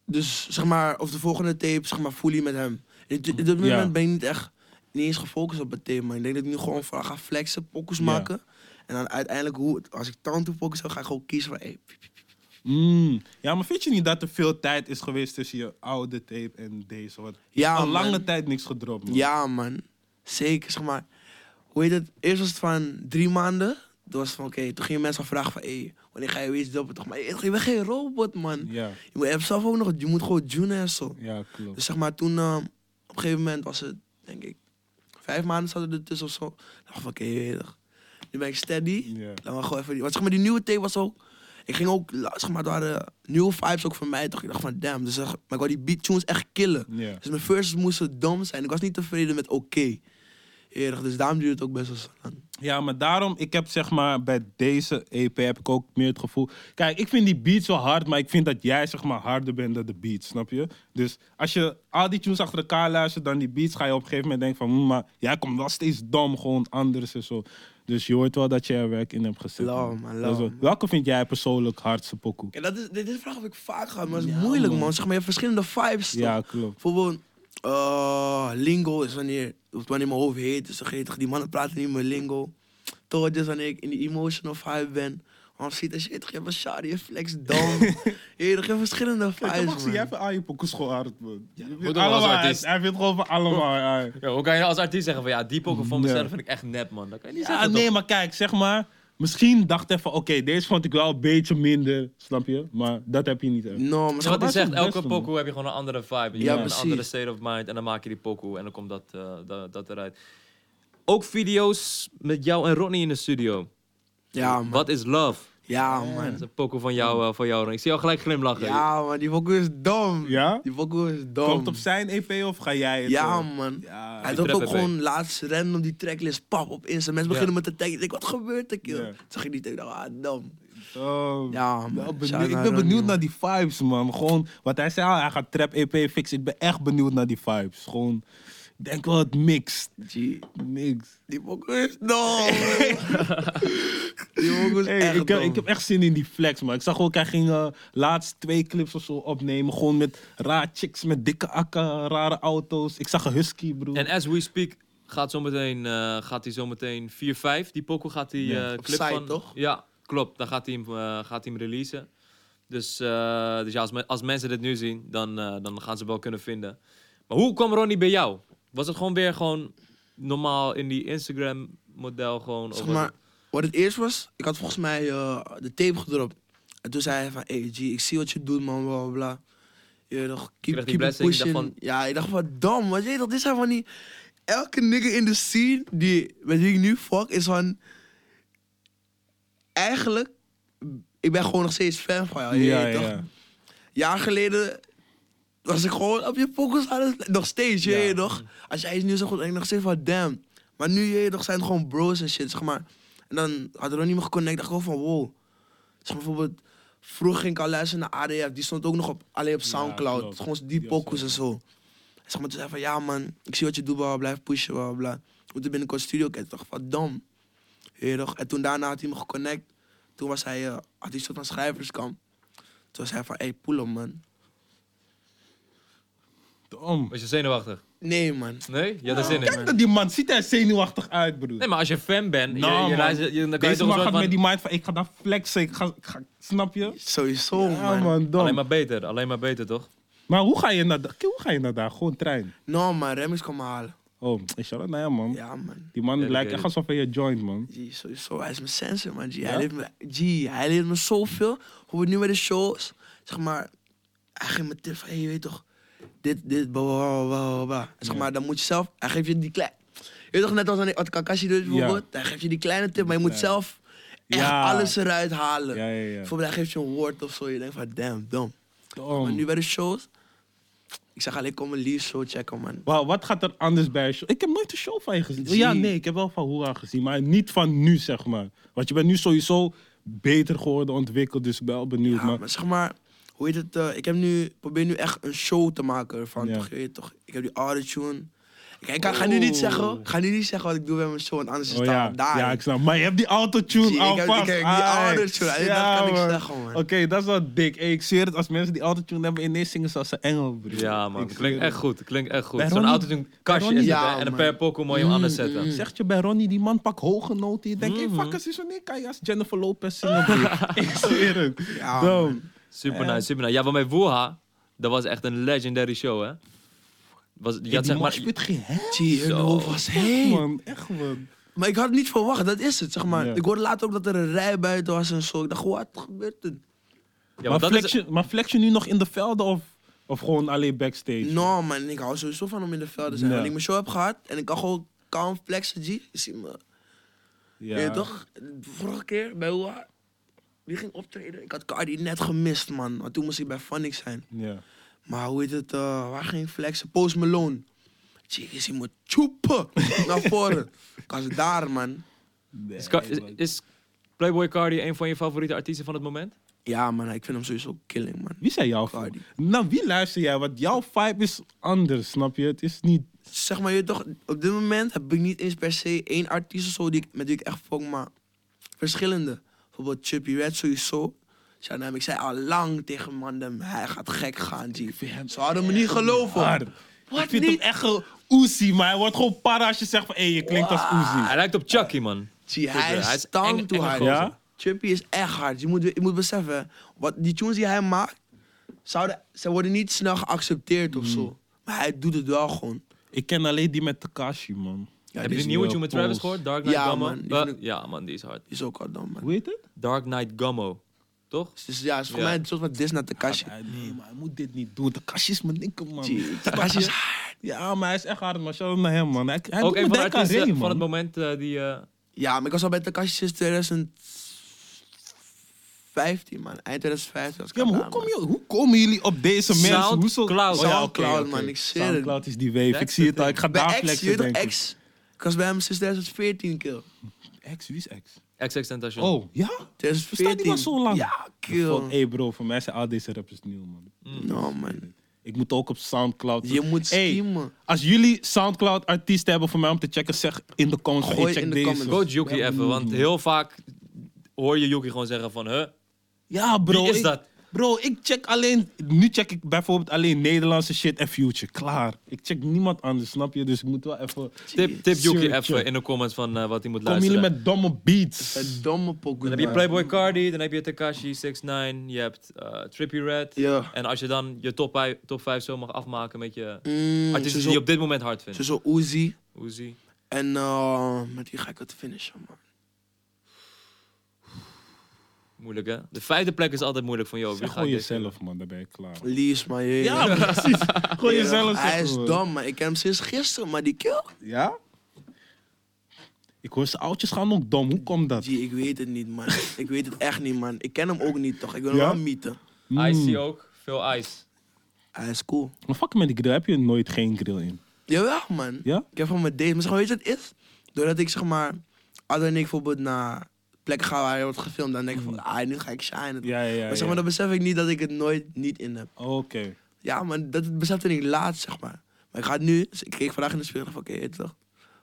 S3: Dus zeg maar, of de volgende tape, zeg maar, fully met hem. Op dit moment
S2: Ja.
S3: ben ik niet echt, niet eens gefocust op het thema. Ik denk dat ik nu gewoon vooral ga flexen, pokus
S2: Ja.
S3: maken. En dan uiteindelijk, hoe, als ik tanto focus heb, ga ik gewoon kiezen van, hey, piep, piep, piep.
S2: Mm. Ja, maar vind je niet dat er veel tijd is geweest tussen je oude tape en deze? Wat
S3: Ja,
S2: al lange
S3: man.
S2: tijd niks gedropt, man.
S3: ja man, zeker, zeg maar. Hoe heet het? Eerst was het van drie maanden. Toen was het van, oké, toen gingen mensen al vragen van, hé, hey, wanneer ga je weer iets droppen? Toch, maar hey, je bent geen robot, man.
S2: Ja,
S3: Je moet je hebt zelf ook nog, je moet gewoon tunen en zo.
S2: ja klopt.
S3: Dus zeg maar, toen eh, op een gegeven moment was het, denk ik, vijf maanden zaten er tussen of zo. Ik dacht van, oké, weet je toch. nu ben ik steady.
S2: Ja.
S3: Laat maar gewoon even, die- want zeg maar, die nieuwe tape was ook, ik ging ook, la- zeg maar, er waren nieuwe vibes ook van mij. Toch, ik dacht van, damn, dus zeg, maar ik wou die beat tunes echt killen.
S2: Ja.
S3: Dus mijn first moesten dom zijn. Ik was niet tevreden met oké. Eerlijk, dus daarom duurde het ook best wel zo lang.
S2: Ja, maar daarom, ik heb zeg maar bij deze EP heb ik ook meer het gevoel. Kijk, ik vind die beats wel hard, maar ik vind dat jij zeg maar harder bent dan de beats, snap je? Dus als je al die tunes achter elkaar luistert, dan die beats, ga je op een gegeven moment denken van, "Hmm, maar jij komt wel steeds dom, gewoon anders en zo. Dus je hoort wel dat je er werk in hebt gezet.
S3: Lauw,
S2: man.
S3: man,
S2: Dat
S3: lauw,
S2: is wel-
S3: man.
S2: welke vind jij persoonlijk hardste pokoe?
S3: En dat is, dit, dit vraag heb ik vaak gehad, maar het is
S2: Ja,
S3: moeilijk,
S2: man.
S3: man. Zeg maar, je hebt verschillende vibes, toch?
S2: Ja, klopt.
S3: Bijvoorbeeld, eh, lingo is wanneer, of wanneer mijn hoofd heet. Dus dan geef je- die mannen praten niet meer lingo. Toch, dus wanneer ik in die emotional vibe ben. Waarom ziet als je weet toch, je hebt een shawty, je flex
S2: <laughs>
S3: dom. je hebt verschillende vibes,
S2: Zie jij
S3: man.
S2: van al je pokoes gewoon hard, man. Je vindt
S1: Goed, als
S2: allemaal, hij,
S1: artiest.
S2: hij vindt gewoon van allemaal. hij-
S1: Ja, hoe kan je als artiest zeggen van ja, die pokken van mezelf
S2: Ja.
S1: vind ik echt nep, man. Dat kan je niet
S2: Ja,
S1: zeggen.
S2: nee,
S1: toch?
S2: maar kijk, zeg maar. Misschien dacht even, oké, deze vond ik wel een beetje minder, snap je? Maar dat heb je niet echt.
S3: No, maar
S1: Zo Wat
S3: zeg
S1: hij
S2: dat is
S1: zegt,
S2: het beste,
S1: elke
S2: man.
S1: pokoe heb je gewoon een andere vibe. Je
S3: Ja,
S1: hebt een
S3: precies.
S1: andere state of mind en dan maak je die pokoe en dan komt dat, eh, dat, dat eruit. Ook video's met jou en Ronnie in de studio.
S3: Ja, man.
S1: Wat is love?
S3: Ja,
S1: Dat is
S3: man.
S1: een pokoe van jou, eh, van jou Ronnie. Ik zie jou gelijk glimlachen.
S3: Ja, man, die pokoe is dom.
S2: Ja?
S3: Die pokoe is dom.
S2: Komt op zijn EP of ga jij het?
S3: Ja,
S2: eh,
S3: man.
S2: Ja.
S1: Die
S3: Hij doet ook
S1: trap heb
S3: gewoon laatst random die tracklist, pap, op Insta. Mensen beginnen met te taggen. Ik denk, wat gebeurt er, kill?
S2: Ja.
S3: Toen zag je die tag, ah, dom.
S2: Oh.
S3: Ja, man.
S2: Nou,
S3: Shout
S2: benieuwd- ik
S3: naar
S2: ben
S3: Ronnie,
S2: benieuwd
S3: man.
S2: naar die vibes, man. Gewoon, wat hij zei, ah, hij gaat trap EP fixen. Ik ben echt benieuwd naar die vibes. Gewoon, ik denk wel het mixt.
S3: Gee.
S2: Niks.
S3: Die pokoe is
S2: <laughs>
S3: dom. die pokoe is
S2: Hey,
S3: echt
S2: ik, heb,
S3: dom.
S2: ik heb echt zin in die flex, man. Ik zag ook, hij ging eh, laatst twee clips of zo opnemen. Gewoon met raar chicks, met dikke akken, rare auto's. Ik zag een husky, broer.
S1: En as we speak gaat zometeen, eh gaat hij zometeen 4-5. Die pokoe gaat hij
S2: Ja.
S1: eh,
S3: Op
S1: clip
S3: site,
S1: van...
S3: toch?
S1: Ja, klopt. Dan gaat hij hem, eh, gaat hij hem releasen. Dus, eh, dus ja, als, me- als mensen dit nu zien, dan, eh, dan gaan ze hem wel kunnen vinden. Maar hoe kwam Ronnie bij jou? Was het gewoon weer gewoon normaal in die Instagram-model gewoon? of
S3: Zeg
S1: was
S3: maar,
S1: het-
S3: wat het eerst was, ik had volgens mij eh, de tape gedropt. En toen zei hij van, hey G, ik zie wat je doet man, bla bla bla. Je weet toch,
S1: kreeg
S3: keep,
S1: die
S3: keep it
S1: blessing, je dacht
S3: pushing.
S1: van-
S3: Ja, ik dacht van, dom, want je weet toch, dit zijn van die... Elke nigger in de scene die, met wie ik nu fuck, is van... Eigenlijk, ik ben gewoon nog steeds fan van jou, je
S2: ja,
S3: weet toch.
S2: ja.
S3: jaar geleden was ik gewoon op je focus aan het- Nog steeds, je
S2: Ja.
S3: weet toch? Als jij iets nu zegt, dan denk ik nog steeds van damn. Maar nu, je weet toch, zijn het gewoon bros en shit, zeg maar. En dan had er ook niet meer geconnect. dacht gewoon van wow. Zeg maar bijvoorbeeld, vroeger ging ik al luisteren naar ADF. Die stond ook nog op, alleen op Soundcloud.
S2: klopt.
S3: gewoon die
S2: Die
S3: pokus
S2: was
S3: en zo. En zeg maar, toen zei hij van ja man, ik zie wat je doet, bla, bla, blijf pushen, bla bla, bla. We moeten binnenkort studio kennen. Toch van dom. Je weet toch? En toen daarna had hij me geconnect. Toen was hij, eh, had hij een soort van schrijverskamp. Toen zei hij van, hey, pull op, man.
S2: Dom.
S1: Was je zenuwachtig?
S3: Nee, man.
S1: Nee? Je had er zin in?
S2: Kijk dat die man, ziet er zenuwachtig uit, broer.
S1: Nee, maar als je fan bent, je-
S2: Nou,
S1: je,
S2: man.
S1: luistert- je- dan kan je
S2: Deze
S1: toch een
S2: man
S1: soort
S2: gaat
S1: van...
S2: met die mind van, ik ga daar flexen, ik ga, ik ga- snap je?
S3: Sowieso,
S2: Ja,
S3: man.
S2: man, dom.
S1: Alleen
S2: Maar...
S1: maar beter, alleen maar beter, toch?
S2: hoe ga je naar daar? Hoe ga je naar daar? Gewoon trein.
S3: No, man, Remix kan me halen.
S2: Oh, is dat? Nou ja, man.
S3: Ja, man.
S2: Die man
S1: Dedicated.
S2: lijkt echt alsof hij je joint, man.
S3: G, sowieso. Hij is mijn sensor, man. G. Hij,
S2: Ja?
S3: leert me, G, hij leert me zoveel. Hoe we nu met de shows, zeg maar... Hij geeft me tips van, hey, je weet toch... Dit, dit, bla, bla, bla, bla, bla, bla. Zeg maar, dan moet je zelf... Hij geeft je die kleine... Je weet toch, net als aan- wat Kakashi doet bijvoorbeeld. Hij geeft je die kleine tip, maar je moet
S2: Ja.
S3: zelf... Echt
S2: Ja.
S3: alles eruit halen.
S2: Ja, ja, ja.
S3: Bijvoorbeeld, hij geeft je een woord of zo. Je denkt van, damn, dom. Maar
S2: Dom.
S3: nu bij de shows, Ik zeg alleen, kom mijn lief show checken, man.
S2: Wauw, wat gaat er anders bij een show? Ik heb nooit een show van je gezien.
S3: Zie.
S2: Ja, nee, ik heb wel van Hoera gezien, maar niet van nu, zeg maar. Want je bent nu sowieso beter geworden, ontwikkeld, dus ik ben wel benieuwd.
S3: Ja,
S2: maar...
S3: maar zeg maar, hoe heet het? eh, ik heb nu, probeer nu echt een show te maken ervan.
S2: Ja.
S3: Toch, je weet toch? Ik heb die autotune. Kijk, ik kan, ga nu niet zeggen, ga nu niet zeggen wat ik doe bij mijn show, want anders is
S2: Oh
S3: het
S2: ja,
S3: al daar.
S2: ja, ik
S3: ik
S2: snap. Maar je hebt die autotune
S3: Zie, ik heb- ik
S2: alvast.
S3: heb die
S2: Ai.
S3: autotune, alleen dat kan ik
S2: man.
S3: zeggen, man.
S2: Oké, dat is wel dik. Ey, ik zweer het, als mensen die autotune hebben, ineens zingen ze als een engel, broer.
S1: Ja, man.
S2: Ik
S1: Klinkt
S2: zweer
S1: echt goed. Klinkt echt goed.
S2: Bij
S1: Zo'n
S2: Ronnie-
S1: auto een kastje
S2: Ronnie-
S1: is het,
S3: Ja,
S1: hè, en een
S3: man.
S1: per pokkel mooi om anders zetten.
S2: het. Mm. Zegt je bij Ronnie, die man pak hoge noten. Je denkt, hé,
S3: Mm-hmm.
S1: Mhm.
S2: fuck, is zo niet. Kan je als Jennifer Lopez zingen,
S3: <laughs>
S2: broer. ik zweer het.
S3: Ja,
S2: Dom.
S1: Super
S2: Ja.
S1: nice, super nice. Ja, want bij Woeha, dat was echt een legendary show, hè? Was, je
S2: Ja,
S1: had
S2: die
S1: zeg
S2: man
S1: maar...
S2: spit geen hè?
S3: Zie, hun
S1: Zo.
S3: hoofd was hey.
S2: Man, echt man.
S3: Maar ik had het niet verwacht, dat is het, zeg maar.
S2: Ja.
S3: Ik hoorde later ook dat er een rij buiten was en zo. Ik dacht, wat gebeurt er?
S1: Ja,
S2: maar,
S1: want dat
S2: flex
S1: is...
S2: je, maar flex je nu nog in de velden of, of gewoon alleen backstage?
S3: No man, ik hou sowieso van om in de velden te zijn.
S2: Ja.
S3: Want ik mijn show heb gehad en ik kan gewoon kalm flexen, G. Je ziet me.
S2: Ja.
S3: Weet je toch? Vorige keer bij Hoa, wie ging optreden? Ik had Cardi net gemist, man. Want toen moest ik bij Funnick zijn.
S2: Ja.
S3: Maar hoe heet het? eh, waar ging ik flexen? Post Malone. Chick, is hij moet tjoepen naar
S2: <laughs>
S3: voren. Ik was daar, man.
S1: Is, Ka- is- is Playboy Cardi een van je favoriete artiesten van het moment?
S3: Ja, man, ik vind hem sowieso killing, man.
S2: Wie zijn jouw
S3: Cardi.
S2: Nou, wie luister jij? Want jouw vibe is anders, snap je? Het is niet.
S3: Zeg maar, je weet toch, op dit moment heb ik niet eens per se één artiest of zo die ik, met die ik echt volg, maar verschillende. Bijvoorbeeld Chippy Red sowieso. Zijn naam, ik zei al lang tegen Mandem, hij gaat gek gaan, G. Ze hadden me niet
S2: Hard.
S3: geloven. Wat
S2: ik vind
S3: niet?
S2: hem echt een Oezie, maar hij wordt gewoon para als je zegt van hé, je klinkt als Oezie.
S1: Hij lijkt op Chucky, man.
S3: Zie, hij
S1: Hij is
S3: is
S1: eng-
S3: down to
S1: enge
S3: hard.
S2: gozer. Ja?
S3: Chippy is echt hard. Je moet, je moet beseffen, wat, die tunes die hij maakt, zouden, ze worden niet snel geaccepteerd of zo.
S2: Hmm.
S3: Maar hij doet het wel gewoon.
S2: Ik ken alleen die met Takashi, man.
S3: Ja,
S1: Heb
S3: die
S1: je
S3: is,
S1: die nieuwe
S2: wel
S1: tune met
S2: Pools.
S1: Travis gehoord? Dark Knight
S3: Ja,
S1: Gummo?
S3: man, die
S1: Eh,
S3: vind ik-
S1: ja, man, die is hard.
S3: die is ook al dom, man.
S2: Hoe heet het?
S1: Dark Knight Gummo. Toch?
S3: Dus ja, het is voor
S1: Ja.
S3: mij een soort van dis naar Tekashi.
S2: Ah, nee, maar hij moet dit niet doen. Takashi is mijn linker, man. <laughs>
S3: Gee, Tekashi is hard.
S2: Ja, maar hij is echt hard, man. Shout out naar hem, man. Hij, hij
S1: Ook
S2: doet me
S1: een van de
S2: denken aan Ray,
S1: artiesten
S2: man.
S1: van het moment eh, die... eh,
S3: Ja, maar ik was al bij Tekashi sinds 2015, man. Eind 2015 was ik
S2: Ja,
S3: al
S2: maar hoe,
S3: daar,
S2: kom
S3: man.
S2: je, hoe komen jullie op deze mensen? Hoe zo- Oh
S1: Soundcloud.
S2: ja, oké,
S3: Soundcloud,
S2: oké.
S3: man, ik zweer het.
S2: Soundcloud is die wave. Ik
S1: That's
S2: zie
S1: the
S2: het al. Ik ga daar
S3: Bij X, je
S2: flexen,
S3: weet
S2: denk
S3: toch,
S2: ik.
S3: X? Ik was bij hem sinds 2014, kill.
S2: X, wie is X?
S1: XXXTentacion.
S2: Oh, ja? Bestaat
S3: 2014.
S2: die al zo lang?
S3: Ja,
S2: Hé
S3: kill.
S2: hey bro, voor mij zijn al deze rappers nieuw, man.
S3: No, man.
S2: Ik moet ook op Soundcloud.
S3: Je moet
S2: Hey,
S3: schemen.
S2: als jullie Soundcloud-artiesten hebben voor mij om te checken, zeg in de comments.
S3: Gooi
S2: hey, check
S3: in de
S2: deze.
S3: comments.
S1: Go Yuki even, want heel vaak hoor je Yuki gewoon zeggen van... Huh?
S2: Ja, bro.
S1: Wie is
S2: ik-
S1: dat?
S2: Bro, ik check alleen. Nu check ik bijvoorbeeld alleen Nederlandse shit en Future. Klaar. Ik check niemand anders, snap je? Dus ik moet wel even.
S1: Tip, tip Yuki
S2: Serieusly.
S1: even in de comments van eh, wat hij moet
S2: Komen
S1: luisteren.
S2: jullie met domme beats?
S3: Het domme pokoe.
S1: Dan heb je
S3: man.
S1: Playboy Cardi, dan heb je Takashi 69, je hebt eh, Trippy Red.
S3: Ja.
S1: En als je dan je top, vij- top 5 zo mag afmaken met je
S3: Mm,
S1: artiesten die je
S3: sowieso-
S1: op dit moment hard vindt.
S3: Sowieso Uzi.
S1: Uzi.
S3: En eh, met wie ga ik het finishen, man?
S1: Moeilijk hè? De vijfde plek is altijd moeilijk van jou. Wie
S2: Zeg
S1: gaat
S2: gewoon
S1: dit?
S2: jezelf, man. Daar ben ik klaar.
S3: Lies, man. jee.
S2: Ja, precies. Gewoon
S3: Ja,
S2: jezelf.
S3: Hij
S2: zeggen,
S3: is
S2: man.
S3: dom, man. Ik ken hem sinds gisteren, maar die kill.
S2: Ja? Ik hoor zijn oudjes gaan ook dom. Hoe komt dat?
S3: Gee, ik weet het niet, man. ik weet het echt niet, man. Ik ken hem ook niet, toch? Ik wil
S2: Ja?
S3: hem wel mieten.
S2: Mm.
S1: Icy ook. Veel ice.
S3: Hij is cool.
S2: Maar fuck met die grill. Heb je nooit geen grill in?
S3: Jawel, man.
S2: Ja?
S3: Ik heb van mijn dates. Maar zeg maar, weet je wat het is? Doordat ik zeg maar, Adder en ik bijvoorbeeld naar plekken ga waar je wordt gefilmd, dan denk ik van, ah, nu ga ik shine.
S2: Mm. Ja, ja, ja.
S3: maar zeg maar, dan besef ik niet dat ik het nooit niet in heb.
S2: Oké.
S3: Ja, maar dat besefte ik laatst, zeg maar. Maar ik ga het nu, dus ik keek vandaag in de spiegel en dacht van, oké, weet je toch?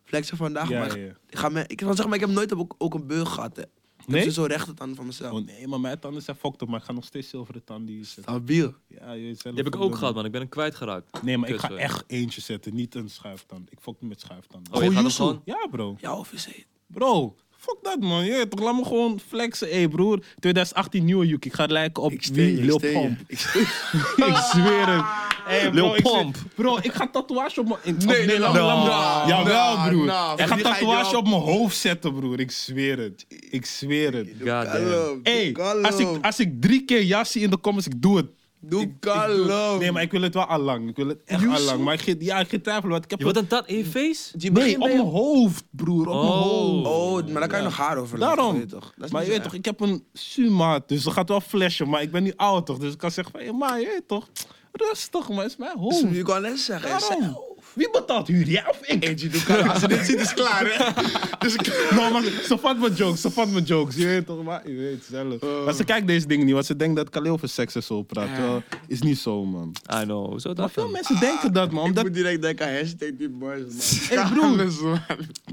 S3: Flexen vandaag,
S2: Ja,
S3: maar
S2: ja, ja.
S3: ik ga me, ik, want zeg maar, ik heb nooit ook, ook een beug gehad, hè.
S2: Nee?
S3: Nee? Ik heb zo rechte tanden van mezelf.
S2: Oh nee, maar mijn tanden zijn fucked up. Maar ik ga nog steeds zilveren tanden hier zetten.
S3: Stabiel.
S2: Ja, je weet zelf.
S1: Die heb ik
S2: hoe
S1: ook
S2: dat
S1: gehad
S2: moet.
S1: man. Ik ben hem kwijtgeraakt.
S2: Nee, maar ik ga
S1: Kutzooi.
S2: echt eentje zetten. Niet een schuiftand. Ik fok niet met schuiftanden.
S1: Oh, je gaat hem
S3: Yuzu.
S1: gewoon...
S2: Ja, bro.
S3: Ja, of is het?
S2: Bro. Fuck dat, man. Je weet toch, laat me gewoon flexen. Hé, broer. 2018 nieuwe Yuki. Ik ga lijken op
S3: Ik
S2: wie?
S3: steen,
S2: Lil
S3: ik steen je.
S2: Pump.
S3: Ik steen je.
S2: ik zweer het. Ah. Hey,
S1: Lil
S2: ik zweer-
S1: Pump.
S2: bro, ik ga tatoeage op mijn... in-
S3: Nee,
S2: of
S3: nee,
S2: laat me-
S3: no.
S2: laat me-
S3: No,
S2: Jawel,
S3: no,
S2: broer.
S3: no.
S2: Ik ga
S3: Die ga je
S2: tatoeage
S3: wel-
S2: op mijn hoofd zetten, broer. Ik zweer het. Ik zweer het.
S1: Goddamn.
S2: Hey, als ik, als ik drie keer jassie in de comments, ik doe het. Ik-
S3: Doe
S2: ik doe het.
S3: kalm.
S2: Nee, maar ik wil het wel al lang. Ik wil het echt
S3: Yuzu?
S2: al lang. Maar ik, ge- ja, ik ga twijfelen. Want ik heb
S1: Je wordt een tat in je face?
S3: Die
S2: Nee,
S3: begint
S2: op
S3: bij
S2: mijn hoofd, broer. Op mijn
S1: Oh.
S2: hoofd.
S3: Oh, maar daar kan je nog haar over laten,
S2: Daarom.
S3: weet je toch? Dat is
S2: maar
S3: niet
S2: je weet
S3: zo <laughs>
S2: toch, ik heb een Sumaat, dus dat gaat wel flashen. Maar ik ben nu oud, toch? Dus ik kan zeggen van, hé, maar je weet toch? Rustig man, is mijn
S3: Dus
S2: hoofd.
S3: nu kan les zeggen. hè. Zeg-
S2: Daarom. "Oh, Wie betaalt huur, jij of ik?
S4: Eentje doet klaar. Als ze dit ziet, is het klaar,
S2: <laughs>
S4: hè? Dus ik...
S2: No, Nou, maar ze vat mijn jokes, ze vat mijn jokes. Je weet toch, maar je weet zelf.
S4: Oh.
S2: Maar ze kijkt deze dingen niet, want ze denkt dat Kaleel over seks en zo praat. Terwijl, is niet zo, man.
S1: I know, zo
S2: Maar
S1: dat
S2: veel
S1: dan.
S2: mensen denken dat, man. Omdat,
S4: Ik moet direct denken aan hashtag die boys, man.
S2: Hey, broer.
S4: Alles, man.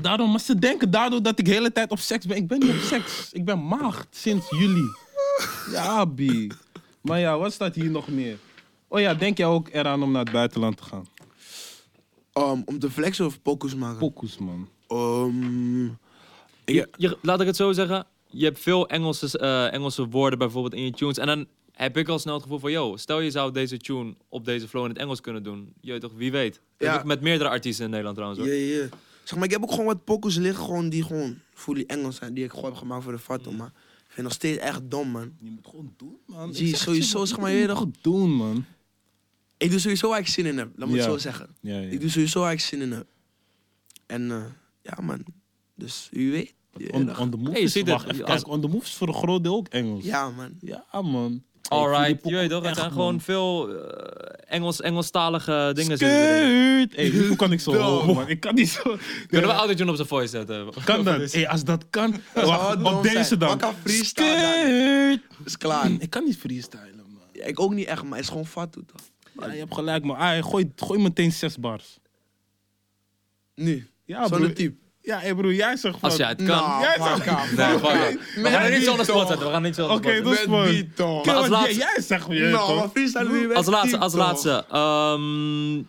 S2: daarom, maar ze denken daardoor dat ik de hele tijd op seks ben. Ik ben niet op seks. Ik ben maagd sinds juli. Ja, B. Maar ja, wat staat hier nog meer? Oh ja, denk jij ook eraan om naar het buitenland te gaan?
S3: Ehm, om te flexen of pokus maken?
S2: Pokus, man.
S3: Ehm,
S1: Je, je- laat ik het zo zeggen. Je hebt veel Engelse, eh, Engelse woorden bijvoorbeeld in je tunes. En dan heb ik al snel het gevoel van... Yo, stel je zou deze tune op deze flow in het Engels kunnen doen. Je weet toch, wie weet. Dat
S3: Ja.
S1: heb ik met meerdere artiesten in Nederland trouwens.
S3: ja,
S1: hoor.
S3: ja, ja. Zeg maar, ik heb ook gewoon wat pokus liggen gewoon die gewoon fully Engels zijn. Die ik gewoon heb gemaakt voor de Fatum. Maar ik vind het nog steeds echt dom, man.
S2: Je moet gewoon doen, man.
S3: Zie, sowieso, zeg maar, je
S2: je
S3: weet
S2: moet doen, man.
S3: Ik doe sowieso waar ik zin in heb. Laat me
S2: Ja.
S3: het zo zeggen.
S2: Ja, ja.
S3: Ik doe sowieso waar ik zin in heb. En eh, ja, man. Dus u weet. je weet
S2: On,
S3: nog.
S2: on the move
S1: Hey, je
S2: is,
S1: ziet het.
S2: wacht, even
S1: Als-
S2: kijken, on the move is voor een groot deel ook Engels.
S3: ja, man.
S2: Ja, man.
S1: Alright, je weet toch, het zijn gewoon veel eh, Engels, Engelstalige dingen. zitten erin.
S2: Hey, hoe kan ik <laughs> zo hoog, man? Ik kan niet zo...
S1: Kunnen we autotune op zijn voice zetten? <laughs>
S2: Kan dat? Hey, als dus- <laughs> dat kan,
S3: zou
S2: wacht,
S3: dom
S2: op deze
S3: zijn.
S2: dan.
S3: Wat kan freestyle dan?
S2: Skirt.
S3: Is
S1: <clears throat>
S3: klaar.
S2: Ik kan niet freestylen, man.
S3: Ja, ik ook niet echt, maar het is gewoon fat toe, toch?
S2: Ja, je hebt gelijk, man. Ai, gooi, gooi meteen zes bars.
S3: Nu.
S2: Ja,
S3: Zo'n
S2: broer.
S3: type.
S2: Ja, hey, broer, jij zegt van...
S1: Als jij het kan.
S3: Nou,
S2: Jij
S3: fuck
S2: zou- <laughs>
S3: off.
S1: Nee, fuck it. We gaan er
S3: die
S1: niets anders
S3: toch.
S1: spot zetten. We gaan er niets anders
S2: Oké,
S1: spot
S2: dat is
S4: Met
S2: mooi.
S4: die toch.
S2: Kijk,
S1: Maar als
S2: wat jij-
S1: laatste-
S2: Jij zegt, je weet
S4: Nou,
S2: toch?
S4: maar freestyle doe je
S1: zetten.
S4: met
S1: Als laatste, als
S4: die toch.
S1: laatste. ehm,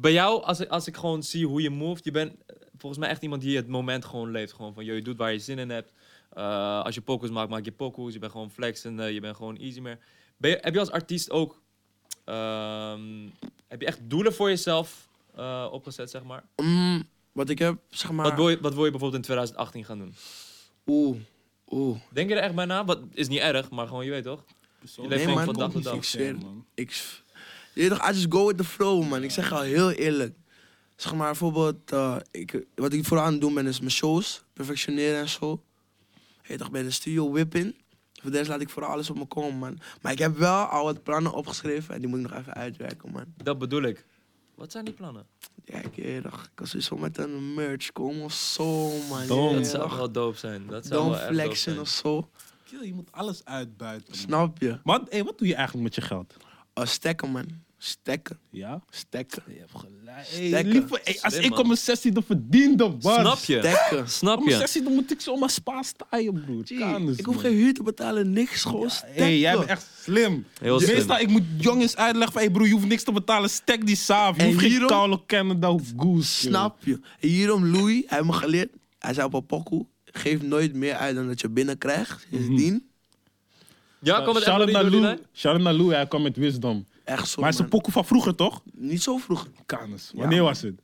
S1: bij jou, als ik, als ik gewoon zie hoe je moved, je bent eh, volgens mij echt iemand die het moment gewoon leeft. Gewoon van, joh, je doet waar je zin in hebt. Eh, als je pokus maakt, maak je pokus. Je bent gewoon flexen, eh, je bent gewoon easy meer. Ben je- heb je als artiest ook, ehm, heb je echt doelen voor jezelf eh, opgezet, zeg maar?
S3: Mm, wat ik heb, zeg maar...
S1: Wat, wil je, wat wil je bijvoorbeeld in 2018 gaan doen?
S3: Oeh, oeh.
S1: Denk je er echt bij na? Wat is niet erg, maar gewoon, je weet toch? Je leeft
S3: Nee,
S1: gewoon
S3: man,
S1: van dag tot
S3: ik
S1: dag.
S3: zweer. Ik... s- Je weet toch, I just go with the flow, man. Ik zeg al heel eerlijk. Zeg maar, bijvoorbeeld... eh, ik, wat ik vooral aan het doen ben, is mijn shows. Perfectioneren en zo. Je weet toch, bij de studio whipping. Voor de rest laat ik vooral alles op me komen, man. Maar ik heb wel al wat plannen opgeschreven. En die moet ik nog even uitwerken, man.
S1: Dat bedoel ik. Wat zijn die plannen?
S3: Ja, ik weet toch. Ik kan sowieso met een merch komen of zo, man.
S2: Dom.
S3: Je
S1: Dat
S3: weet
S1: zou
S3: toch.
S1: wel dope zijn. Dat zou
S3: Don't
S1: wel echt dope
S3: flexen
S1: zijn.
S3: of zo.
S2: Kill, je moet alles uitbuiten. man.
S3: Snap je?
S2: Wat, hey, wat doe je eigenlijk met je geld?
S3: Oh, stekken, man. Stekken.
S2: Ja?
S3: Stekken.
S2: Je hebt gelijk.
S3: Stekker.
S2: liever, hey, als
S1: Slim,
S2: ik op
S1: man.
S2: mijn 16e verdiende was.
S1: Snap je?
S3: Stekken.
S1: Snap
S2: Op mijn
S1: je?
S2: 16e moet ik zomaar spaar staaien, broer. Kan dus,
S3: Ik hoef
S2: man.
S3: geen huur te betalen, niks, gewoon stekken.
S2: Hey, jij bent echt slim.
S1: Heel slim.
S2: Meestal, ik moet jongens uitleggen van, hey broer, je hoeft niks te betalen, stek die saaf. Je
S3: En
S2: hoeft geen
S3: hierom-
S2: Carlo Canada of Goose. joh.
S3: Snap je? En hierom Louis, hij heeft me geleerd. Hij zei op een pokoe, geef nooit meer uit dan dat je binnenkrijgt. Is
S2: Mhm.
S3: dien.
S1: Ja, kom het echt wel
S2: Shout-out
S1: niet
S2: naar
S1: door die
S2: Lou.
S1: lijn?
S2: Shout-out naar Lou, hij kwam met wisdom.
S3: Echt zo,
S2: Maar het is
S3: man.
S2: een pokoe van vroeger, toch?
S3: Niet zo vroeg.
S2: Kanus. Wanneer
S3: man.
S2: was het?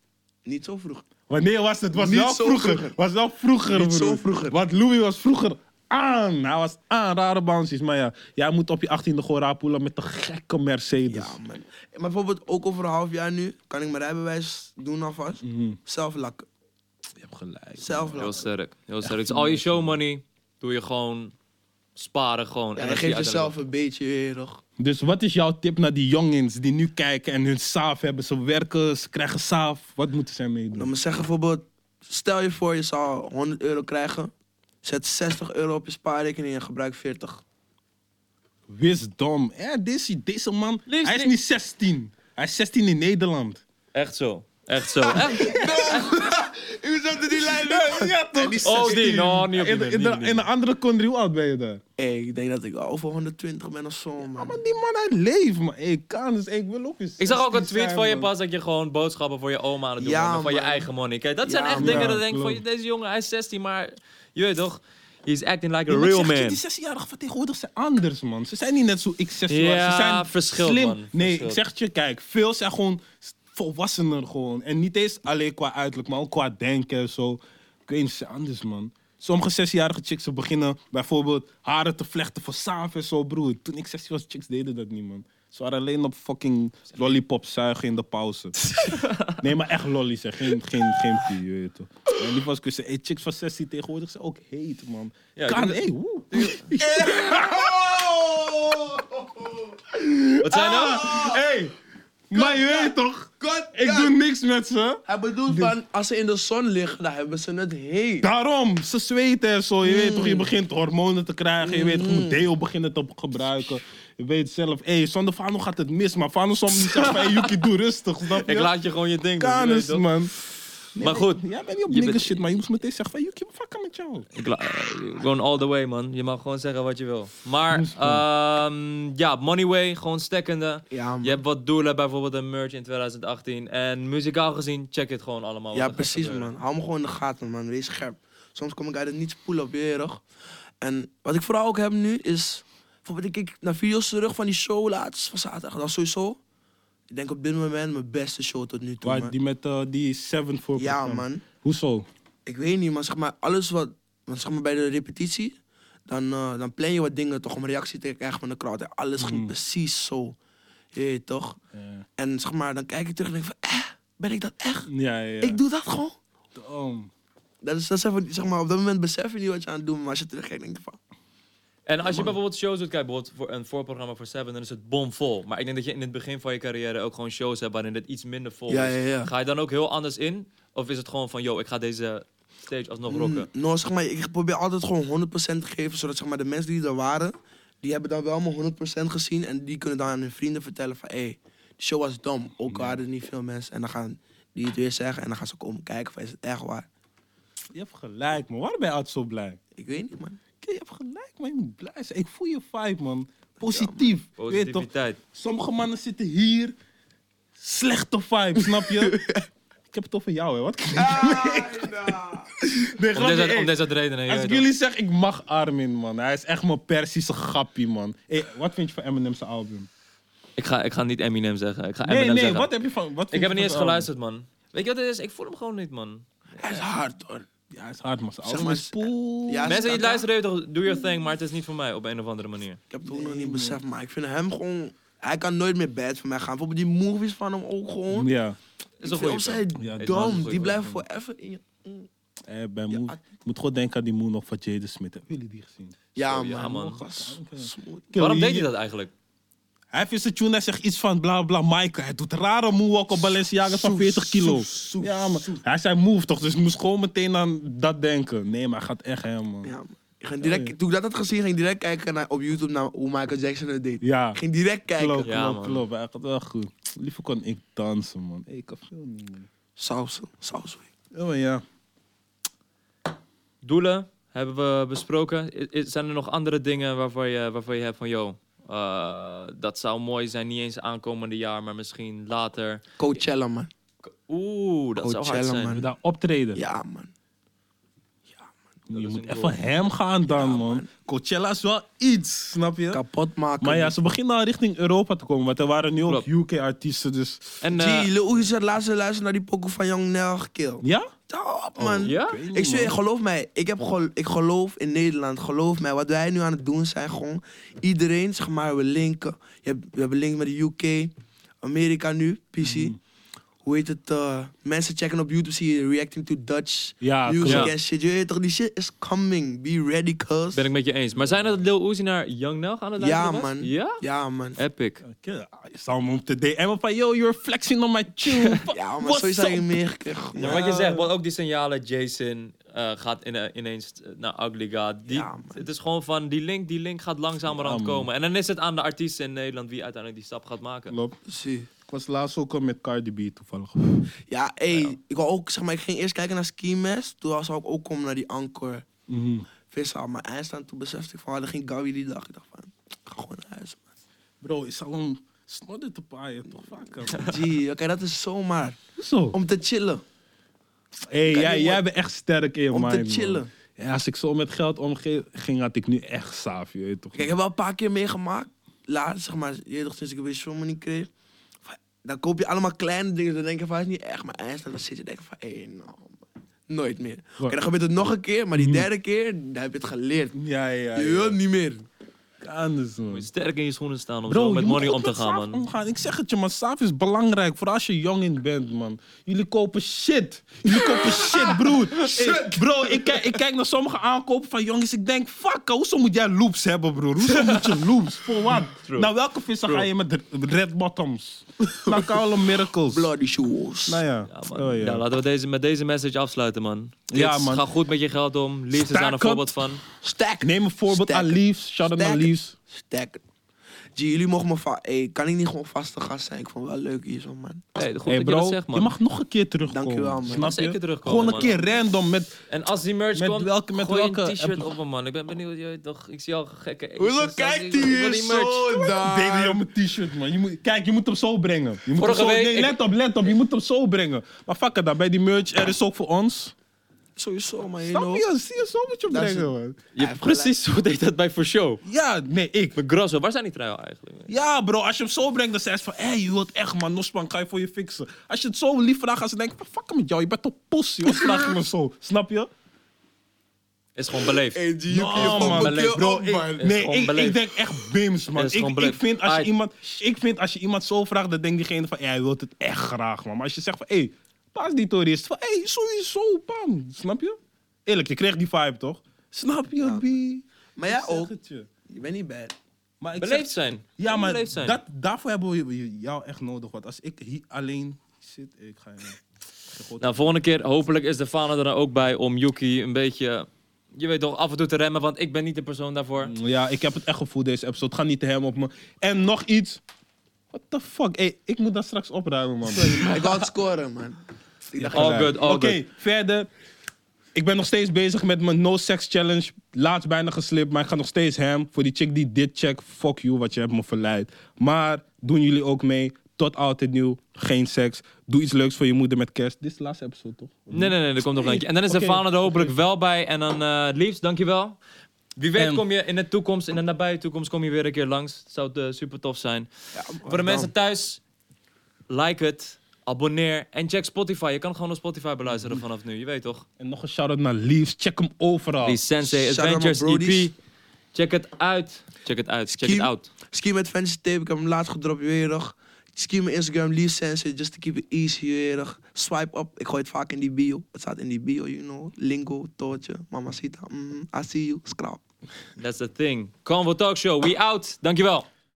S3: Niet zo vroeg.
S2: Wanneer was het? Het was
S3: Niet
S2: wel
S3: zo
S2: vroeger.
S3: vroeger.
S2: Was wel vroeger,
S3: Niet zo
S2: broer.
S3: vroeger.
S2: Want Louis was vroeger aan. Hij was aan, rare bouncies. Maar ja, jij moet op je 18e gewoon rapoelen met de gekke Mercedes.
S3: Ja, man. Maar bijvoorbeeld ook over een half jaar nu, kan ik mijn rijbewijs doen alvast.
S2: Mhm.
S3: Zelf lakken.
S2: Je hebt gelijk.
S3: Zelf
S1: Heel
S3: lakken.
S1: sterk. Heel sterk. Dus al je show money doe je gewoon sparen gewoon.
S3: Ja,
S1: En
S3: en
S1: als
S3: geef
S1: je uiteindelijk-
S3: jezelf een beetje weer, toch?
S2: Dus wat is jouw tip naar die jongens die nu kijken en hun saaf hebben? Ze werken, ze krijgen saaf. Wat moeten zij
S3: Laat
S2: meedoen?
S3: me zeggen bijvoorbeeld, stel je voor je zou 100 euro krijgen. Zet 60 euro op je spaarrekening en gebruik 40.
S2: Wisdom. Ja, deze, deze man,
S1: Liefst
S2: hij is
S1: niet-
S2: niet 16. Hij is 16 in Nederland.
S1: Echt zo. Echt
S2: <laughs>
S1: zo. Echt?
S4: U zette die lijn
S2: Ja, toch?
S1: Oh, die. No, niet op die manier,
S2: In, in, de,
S1: niet op die
S2: in de andere country, hoe oud ben je daar?
S3: Hey, ik denk dat ik over 120 ben of zo,
S2: Ja,
S3: man.
S2: maar die man, hij leeft, man. Ik kan dus, ik wil ook eens.
S1: Ik zag ook een
S2: 16
S1: tweet
S2: zijn,
S1: van je
S2: man.
S1: pas dat je gewoon boodschappen voor je oma aan het doen
S3: Ja,
S1: bent, Van je
S3: man.
S1: eigen money. Kijk, dat
S3: Ja,
S1: zijn echt
S3: man.
S1: dingen dat
S2: Ja,
S1: ik denk van
S2: klopt.
S1: deze jongen, hij is 16, maar je weet toch, he is acting like a
S2: Ja, maar ik
S1: real
S2: zeg je,
S1: man.
S2: Die 16-jarigen van tegenwoordig zijn anders, man. Ze zijn niet net zo ik 16
S1: Ja,
S2: Ze zijn
S1: verschilt,
S2: slim.
S1: man.
S2: Nee,
S1: Verschilt.
S2: ik zeg het je, kijk, veel zijn gewoon s- volwassener gewoon. En niet eens alleen qua uiterlijk, maar ook qua denken en zo. Ik weet niet, ze zijn anders, man. Sommige 16-jarige chicks ze beginnen bijvoorbeeld haren te vlechten voor saaf en zo, broer. Toen ik 16 was, chicks deden dat niet, man. Ze waren alleen op fucking lollipop zuigen in de pauze.
S1: <laughs>
S2: Nee, maar echt lollies, hè. Geen, geen, geen pie, je weet toch. En die was kussen. Hey, chicks van 16 tegenwoordig zijn ook heet, man.
S1: Ja,
S2: kan,
S1: ik-
S3: Oh,
S2: hey, woe.
S1: Wat zijn nou?
S2: Hey, <laughs> maar je weet toch? Ik doe niks met ze.
S3: Hij bedoelt van, als ze in de zon liggen, dan hebben ze het heet.
S2: Daarom, ze zweten en zo. Je weet
S1: Mm.
S2: toch, je begint hormonen te krijgen. Je weet toch, je moet deo beginnen te gebruiken. Je weet zelf, hé, zonder Fano gaat het mis. Maar Fano zal me niet zeggen, hé, Yuki, doe
S1: <laughs>
S2: rustig. Snap je?
S1: Ik laat je gewoon je ding doen. je weet
S2: Kanus,
S1: toch?
S2: man.
S1: Maar goed.
S2: Jij bent niet op
S1: Je
S2: nigger
S1: bent-
S2: shit, maar je moest meteen zeggen van, Yuki, fuck met jou.
S1: Ik la- eh, gewoon all the way, man. Je mag gewoon zeggen wat je wil. Maar, ehm ja, Moneyway, gewoon stekkende.
S3: Ja, man.
S1: Je hebt wat doelen, bijvoorbeeld een merch in 2018. En muzikaal gezien, check het gewoon allemaal. wat
S3: Ja,
S1: er gaat
S3: precies,
S1: gebeuren.
S3: man. Hou me gewoon in de gaten, man. Wees scherp. Soms kom ik uit het niets poelen op je weet toch? En wat ik vooral ook heb nu is. Bijvoorbeeld, ik kijk naar video's terug van die show laatst van zaterdag. Dat was sowieso. Ik denk op dit moment mijn beste show tot nu toe.
S2: Waar,
S3: man.
S2: die met eh, die 7 voor.
S3: Ja, man.
S2: Hoezo?
S3: Ik weet niet, maar zeg maar, alles wat. Want zeg maar, bij de repetitie. Dan, eh, dan plan je wat dingen toch om reactie te krijgen van de crowd. En alles ging precies zo. Je weet toch? En zeg maar, dan kijk ik terug en denk ik van, eh, ben ik dat echt?
S2: Ja, ja.
S3: Ik doe dat gewoon.
S2: Damn.
S3: Dat is, dat is even, zeg maar, op dat moment besef je niet wat je aan het doen bent, maar als je terugkijkt, denk je van...
S1: En als je bijvoorbeeld shows doet, kijk bijvoorbeeld voor een voorprogramma voor Seven, dan is het bomvol. Maar ik denk dat je in het begin van je carrière ook gewoon shows hebt waarin het iets minder vol
S3: Ja,
S1: is.
S3: ja, ja.
S1: Ga je dan ook heel anders in? Of is het gewoon van, yo, ik ga deze stage alsnog rocken?
S3: Mm, nou, zeg maar, ik probeer altijd gewoon 100% te geven, zodat zeg maar, de mensen die er waren, die hebben dan wel mijn 100% gezien en die kunnen dan aan hun vrienden vertellen van, hé, hey, die show was dom, ook al hadden er niet veel mensen. En dan gaan die het weer zeggen en dan gaan ze komen kijken van, is het echt waar?
S2: Je hebt gelijk, man. Waarom ben je altijd zo blij?
S3: Ik weet niet, man.
S2: Oké, je hebt gelijk, man. Je moet blij zijn. Ik voel je vibe, man. Positief. Weet je toch?
S1: Positiviteit.
S2: Sommige mannen zitten hier. Slechte vibe, snap je? ik heb het over jou,
S3: <laughs>
S2: hè. Wat klinkt nee,
S1: Om
S2: grapje,
S1: deze,
S2: hey.
S1: om deze redenen. je
S2: Als
S1: weet
S2: ik
S1: toch.
S2: jullie zeg, ik mag Armin, man. Hij is echt mijn Persische grappie, man. Hey, wat vind je van Eminem's album?
S1: Ik, ga, ik ga niet Eminem zeggen. Ik ga
S2: nee,
S1: Eminem
S2: nee,
S1: zeggen.
S2: wat heb je van... Wat
S1: Ik
S2: vind je
S1: heb er
S2: van
S1: niet eens
S2: het album?
S1: geluisterd, man. Weet je wat het is? Ik voel hem gewoon niet, man.
S3: Hij is hard, hoor.
S2: Ja, hij is hard, man. Zijn
S3: Zeg
S2: album
S3: maar,
S2: is poel.
S3: Ja,
S1: Mensen die het
S3: Kaka.
S1: luisteren, weet toch, do your thing, maar het is niet voor mij op een of andere manier.
S3: Ik heb het ook nog niet beseft, maar ik vind hem gewoon... Hij kan nooit meer bad voor mij gaan. Bijvoorbeeld die movies van hem ook gewoon.
S2: Ja.
S1: Is
S3: ik
S1: een
S3: vind
S1: goeie.
S3: hem zijn
S2: Ja,
S1: het was een
S3: dom.
S1: goeie
S3: Die blijven
S1: film.
S3: forever in je...
S2: Eh, bij
S3: Ja,
S2: Moon-
S3: ah.
S2: Ik moet gewoon denken aan die Moon of van Jada Smith. Hebben jullie die gezien?
S3: Ja,
S1: Zo, ja,
S3: man.
S1: man.
S3: Dat was smooth.
S1: Waarom deed hij dat eigenlijk?
S2: Hij heeft in zijn tune, hij zegt iets van bla bla Michael. Hij doet rare moonwalk op Balenciaga van 40 kilo. ja, maar hij zei move toch, dus ik moest gewoon meteen aan dat denken. Nee, maar hij gaat echt hem, man.
S3: Ja, man. Ik ging direct, Toen ik dat had gezien, ging ik direct kijken naar, op YouTube naar hoe Michael Jackson het deed.
S2: Ja,
S3: Ik ging direct kijken.
S2: klopt,
S1: Ja,
S2: klopt,
S1: man.
S2: klopt. Hij gaat wel goed. Liever kon ik dansen, man. Hey, ik kan veel niet, man.
S3: Saus, saus.
S2: Ja, maar ja.
S1: Doelen hebben we besproken. I- i- zijn er nog andere dingen waarvan je, waarvan je hebt van, yo, eh, dat zou mooi zijn, niet eens aankomende jaar, maar misschien later.
S3: Coachella, man.
S1: Oeh, dat zou hard
S3: Coachella,
S1: zijn.
S3: man.
S2: Daar optreden.
S3: Ja, man.
S1: dat
S2: je
S1: is
S2: moet
S1: een
S2: echt
S1: doel.
S2: van hem gaan dan, man. Coachella is wel iets, snap je?
S3: Kapot maken.
S2: Maar ja, ze beginnen al richting Europa te komen, want er waren nu ook
S1: Klopt.
S2: UK-artiesten, dus...
S1: En eh,
S3: Zie, Lil Uzi zat laatst te luisteren naar die pokoe van Young Nelg Kill.
S2: Ja?
S3: Hou op, man.
S1: Oh, ja?
S2: weet niet,
S3: Ik zweer,
S1: Mm.
S2: man.
S3: geloof mij. Ik, heb gel- ik geloof in Nederland. Geloof mij. Wat wij nu aan het doen zijn gewoon... Iedereen, zeg maar, we linken. Je hebt, we hebben link met de UK. Amerika nu, PC.
S1: Mm-hmm.
S3: Hoe heet het? eh, mensen checken op YouTube, zie je reacting to Dutch
S2: Ja,
S3: music
S1: klopt.
S3: en shit. Je weet toch, die shit is coming. Be ready, cuz.
S1: ben ik met je eens. Maar zijn dat Lil Uzi naar Young Nelg aan het
S3: Ja,
S1: luisteren was?
S3: man.
S1: Ja?
S3: Ja, man.
S1: Epic.
S2: ah, Je zou hem op de DM van, yo, you're flexing on my tune.
S3: Ja, maar
S2: What's
S3: sowieso heb je
S2: up?
S3: meegekregen.
S1: Ja, wat je zegt, want ook die signalen, Jason eh, gaat in, ineens naar Ugly God. Die,
S3: Ja, man.
S1: het is gewoon van, die link, die link gaat langzamerhand
S2: Ja, man.
S1: komen. En dan is het aan de artiesten in Nederland wie uiteindelijk die stap gaat maken.
S2: Klopt.
S3: Zie.
S2: Ik was laatst ook al met Cardi B toevallig.
S3: Ja, ey, ik wou ook, zeg maar, ik ging eerst kijken naar Ski Mask. Toen zou ik ook komen naar die Anchor
S2: Mhm.
S3: Visser. Maar eindstand, toen besefte ik van, ah, dan ging Gawi die dag. Ik dacht van, ik ga gewoon naar huis, man.
S2: Bro, is al een snodder te paaien toch vaker? man?
S3: <laughs> Gee, oké, dat is zomaar.
S2: Zo.
S3: Om te chillen.
S2: Hey,
S3: Kan
S2: jij,
S3: je
S2: jij
S3: wat-
S2: bent echt sterk in je
S3: Om te
S2: mind, man.
S3: chillen.
S2: Ja, als ik zo met geld omging, had ik nu echt saaf, je weet toch?
S3: Kijk, ik heb wel een paar keer meegemaakt. Laatst, zeg maar, je weet toch, sinds ik weer zomer niet kreeg. Van, Dan koop je allemaal kleine dingen. Dan denk je van, het is niet echt. Maar eindstand, dan zit je en denk je van, hé, nou, man, nooit meer. Oké, dan gebeurt het nog een keer. Maar die derde keer, dan heb je het geleerd.
S2: Mm. Ja, ja,
S3: Je wil
S2: ja.
S3: niet meer.
S2: anders, man.
S1: Moet sterk in je schoenen staan om
S2: Bro,
S1: zo
S2: je
S1: met
S2: moet
S1: money
S2: goed
S1: om te
S2: met
S1: gaan,
S2: saaf
S1: man.
S2: omgaan. Ik zeg het je, man. Saaf is belangrijk. Voor als je jong in bent, man. Jullie kopen shit. Jullie
S1: <laughs>
S2: kopen shit, broer. Ik- bro, ik kijk, ik kijk naar sommige aankopen van jongens. Ik denk, fuck, hoezo moet jij loops hebben, broer?
S1: <laughs>
S2: Hoezo moet je loops? Voor wat? Nou, welke vissen ga je met red
S1: <laughs>
S2: bottoms? Naar Koude Miracles.
S3: Bloody shoes.
S2: Nou ja.
S1: Ja,
S2: Oh,
S1: man.
S2: ja.
S1: Ja, laten we deze, met deze message afsluiten, man. Kids,
S2: Ja, man.
S1: Ga goed met je geld om. Liefde is
S2: Staak
S1: daar een
S2: up.
S1: voorbeeld van.
S3: Stack.
S2: Neem een voorbeeld aan
S3: Sterker.
S2: Leaves. Shout out naar
S3: Sterker.
S2: Leaves.
S3: Stack. G, jullie mogen me van. Hey, kan ik niet gewoon vaste gast zijn? Ik vond het wel leuk hier zo, man.
S1: Hey, goed
S2: Hey
S1: dat je
S2: bro,
S1: dat zegt, man.
S2: je mag nog een keer terugkomen.
S3: Dankjewel, man.
S2: Snap je?
S1: Zeker terugkomen,
S2: Gewoon een
S1: man.
S2: keer random met
S1: En als die merch
S2: Met
S1: komt,
S2: welke- met
S1: gooi
S2: welke
S1: een t-shirt
S2: app-
S1: op me, man. Ik ben benieuwd, je weet toch, ik zie al gekke...
S4: Hoezo
S1: Insta's. Ik
S4: kijkt
S1: wil-
S4: hij
S1: ik wil
S4: hier
S1: die merch.
S4: zo
S2: Baby
S4: daar?
S2: op mijn t-shirt, man. Je moet, kijk, je moet hem zo brengen. Je moet
S1: Vorige
S2: hem zo,
S1: week-
S2: nee, let op, let op. Je moet hem zo brengen. Maar fuck het dan. Bij die merch, er is ook voor ons.
S3: Sowieso, man. You
S2: Snap
S3: know.
S2: je? Zie je zo moet je hem
S3: Dat is
S2: brengen, man.
S1: Je
S3: heeft
S1: precies <laughs> zo deed dat bij For Show.
S2: Ja, nee, ik.
S1: Met Grosso, waar zijn die trui eigenlijk?
S2: Ja, bro, als je hem zo brengt, dan zei ze van... Hé, hey, je wilt echt, man. Nosman, kan je voor je fixen. Als je het zo lief vraagt, als ze denken... Fuck hem met jou, je bent toch possie. Wat vraag je me zo? Snap je?
S1: Is gewoon beleefd.
S4: Hey, G, je
S2: Oh,
S4: kan je
S2: man,
S4: fucking
S1: beleefd,
S4: kill
S1: bro.
S4: op, man.
S1: is
S2: Nee,
S1: gewoon
S2: ik, ik
S1: beleefd.
S2: denk echt bims, man.
S1: Is gewoon
S2: Ik, ik,
S1: beleefd.
S2: vind als je
S1: Aight.
S2: iemand, ik vind als je iemand zo vraagt, dan denkt diegene van, ja, hij wil het echt graag, man. Maar als je zegt van, hé, hey, pas die toer is het van, hé, hey, sowieso, bam. Snap je? Eerlijk, je kreeg die vibe, toch? Snap je, B?
S3: Maar
S2: Ik
S3: jij
S2: zeg
S3: ook.
S2: het je.
S3: Je bent niet bad. <laughs>
S2: Maar ik
S1: Beleefd
S2: zeg-
S1: zijn.
S2: ja,
S1: Gewoon
S2: maar
S1: beleefd zijn.
S2: dat, daarvoor hebben we jou echt nodig. Want als ik hier alleen zit, ik ga... geen god-
S1: Nou, volgende keer hopelijk is de Fana er dan ook bij om Yuki een beetje, je weet toch, af en toe te remmen, want ik ben niet de persoon daarvoor.
S2: Ja, ik heb het echt gevoel deze episode. Het gaat niet te hem op me. En nog iets. What the fuck? Hey, ik moet dat straks opruimen, man.
S3: Maar ik wou het scoren, man. Ik dacht,
S1: All good, all
S2: Oké, verder. Ik ben nog steeds bezig met mijn No Sex Challenge. Laatst bijna geslipt, maar ik ga nog steeds hem. Voor die chick die dit check, fuck you, wat je hebt me verleid. Maar doen jullie ook mee. Tot altijd nieuw. Geen seks. Doe iets leuks voor je moeder met kerst. Dit is de laatste episode, toch?
S1: Nee, nee, nee, er komt nog
S2: Nee.
S1: eentje. En dan is de
S2: Oké,
S1: Fana er hopelijk wel bij. En dan, eh liefst, dankjewel. Wie weet
S2: En-
S1: kom je in de toekomst, in de nabije toekomst, kom je weer een keer langs. Het zou eh, super tof zijn.
S2: Oh,
S1: Voor de mensen thuis, like het, abonneer en check Spotify. Je kan gewoon op Spotify beluisteren
S2: Mm-hmm.
S1: vanaf nu, je weet toch?
S2: En nog een shout-out naar Leaves. Check hem overal.
S1: Die Sensei
S3: shout out aan
S1: Adventures
S3: mijn brodies.
S1: EP. Check het uit. Check het uit, check het
S3: Ski-
S1: out.
S3: Ski met fancy tape, ik heb hem laatst gedropt, je weet toch. Ski mijn Instagram, Lee Sense, just to keep it easy, je weet toch. Swipe up, ik gooi het vaak in die bio. Het staat in die bio, you know. Lingo, toortje, mamacita, mm, I see you, scrap.
S1: That's the thing. Convo Talk Show, we out. Dankjewel.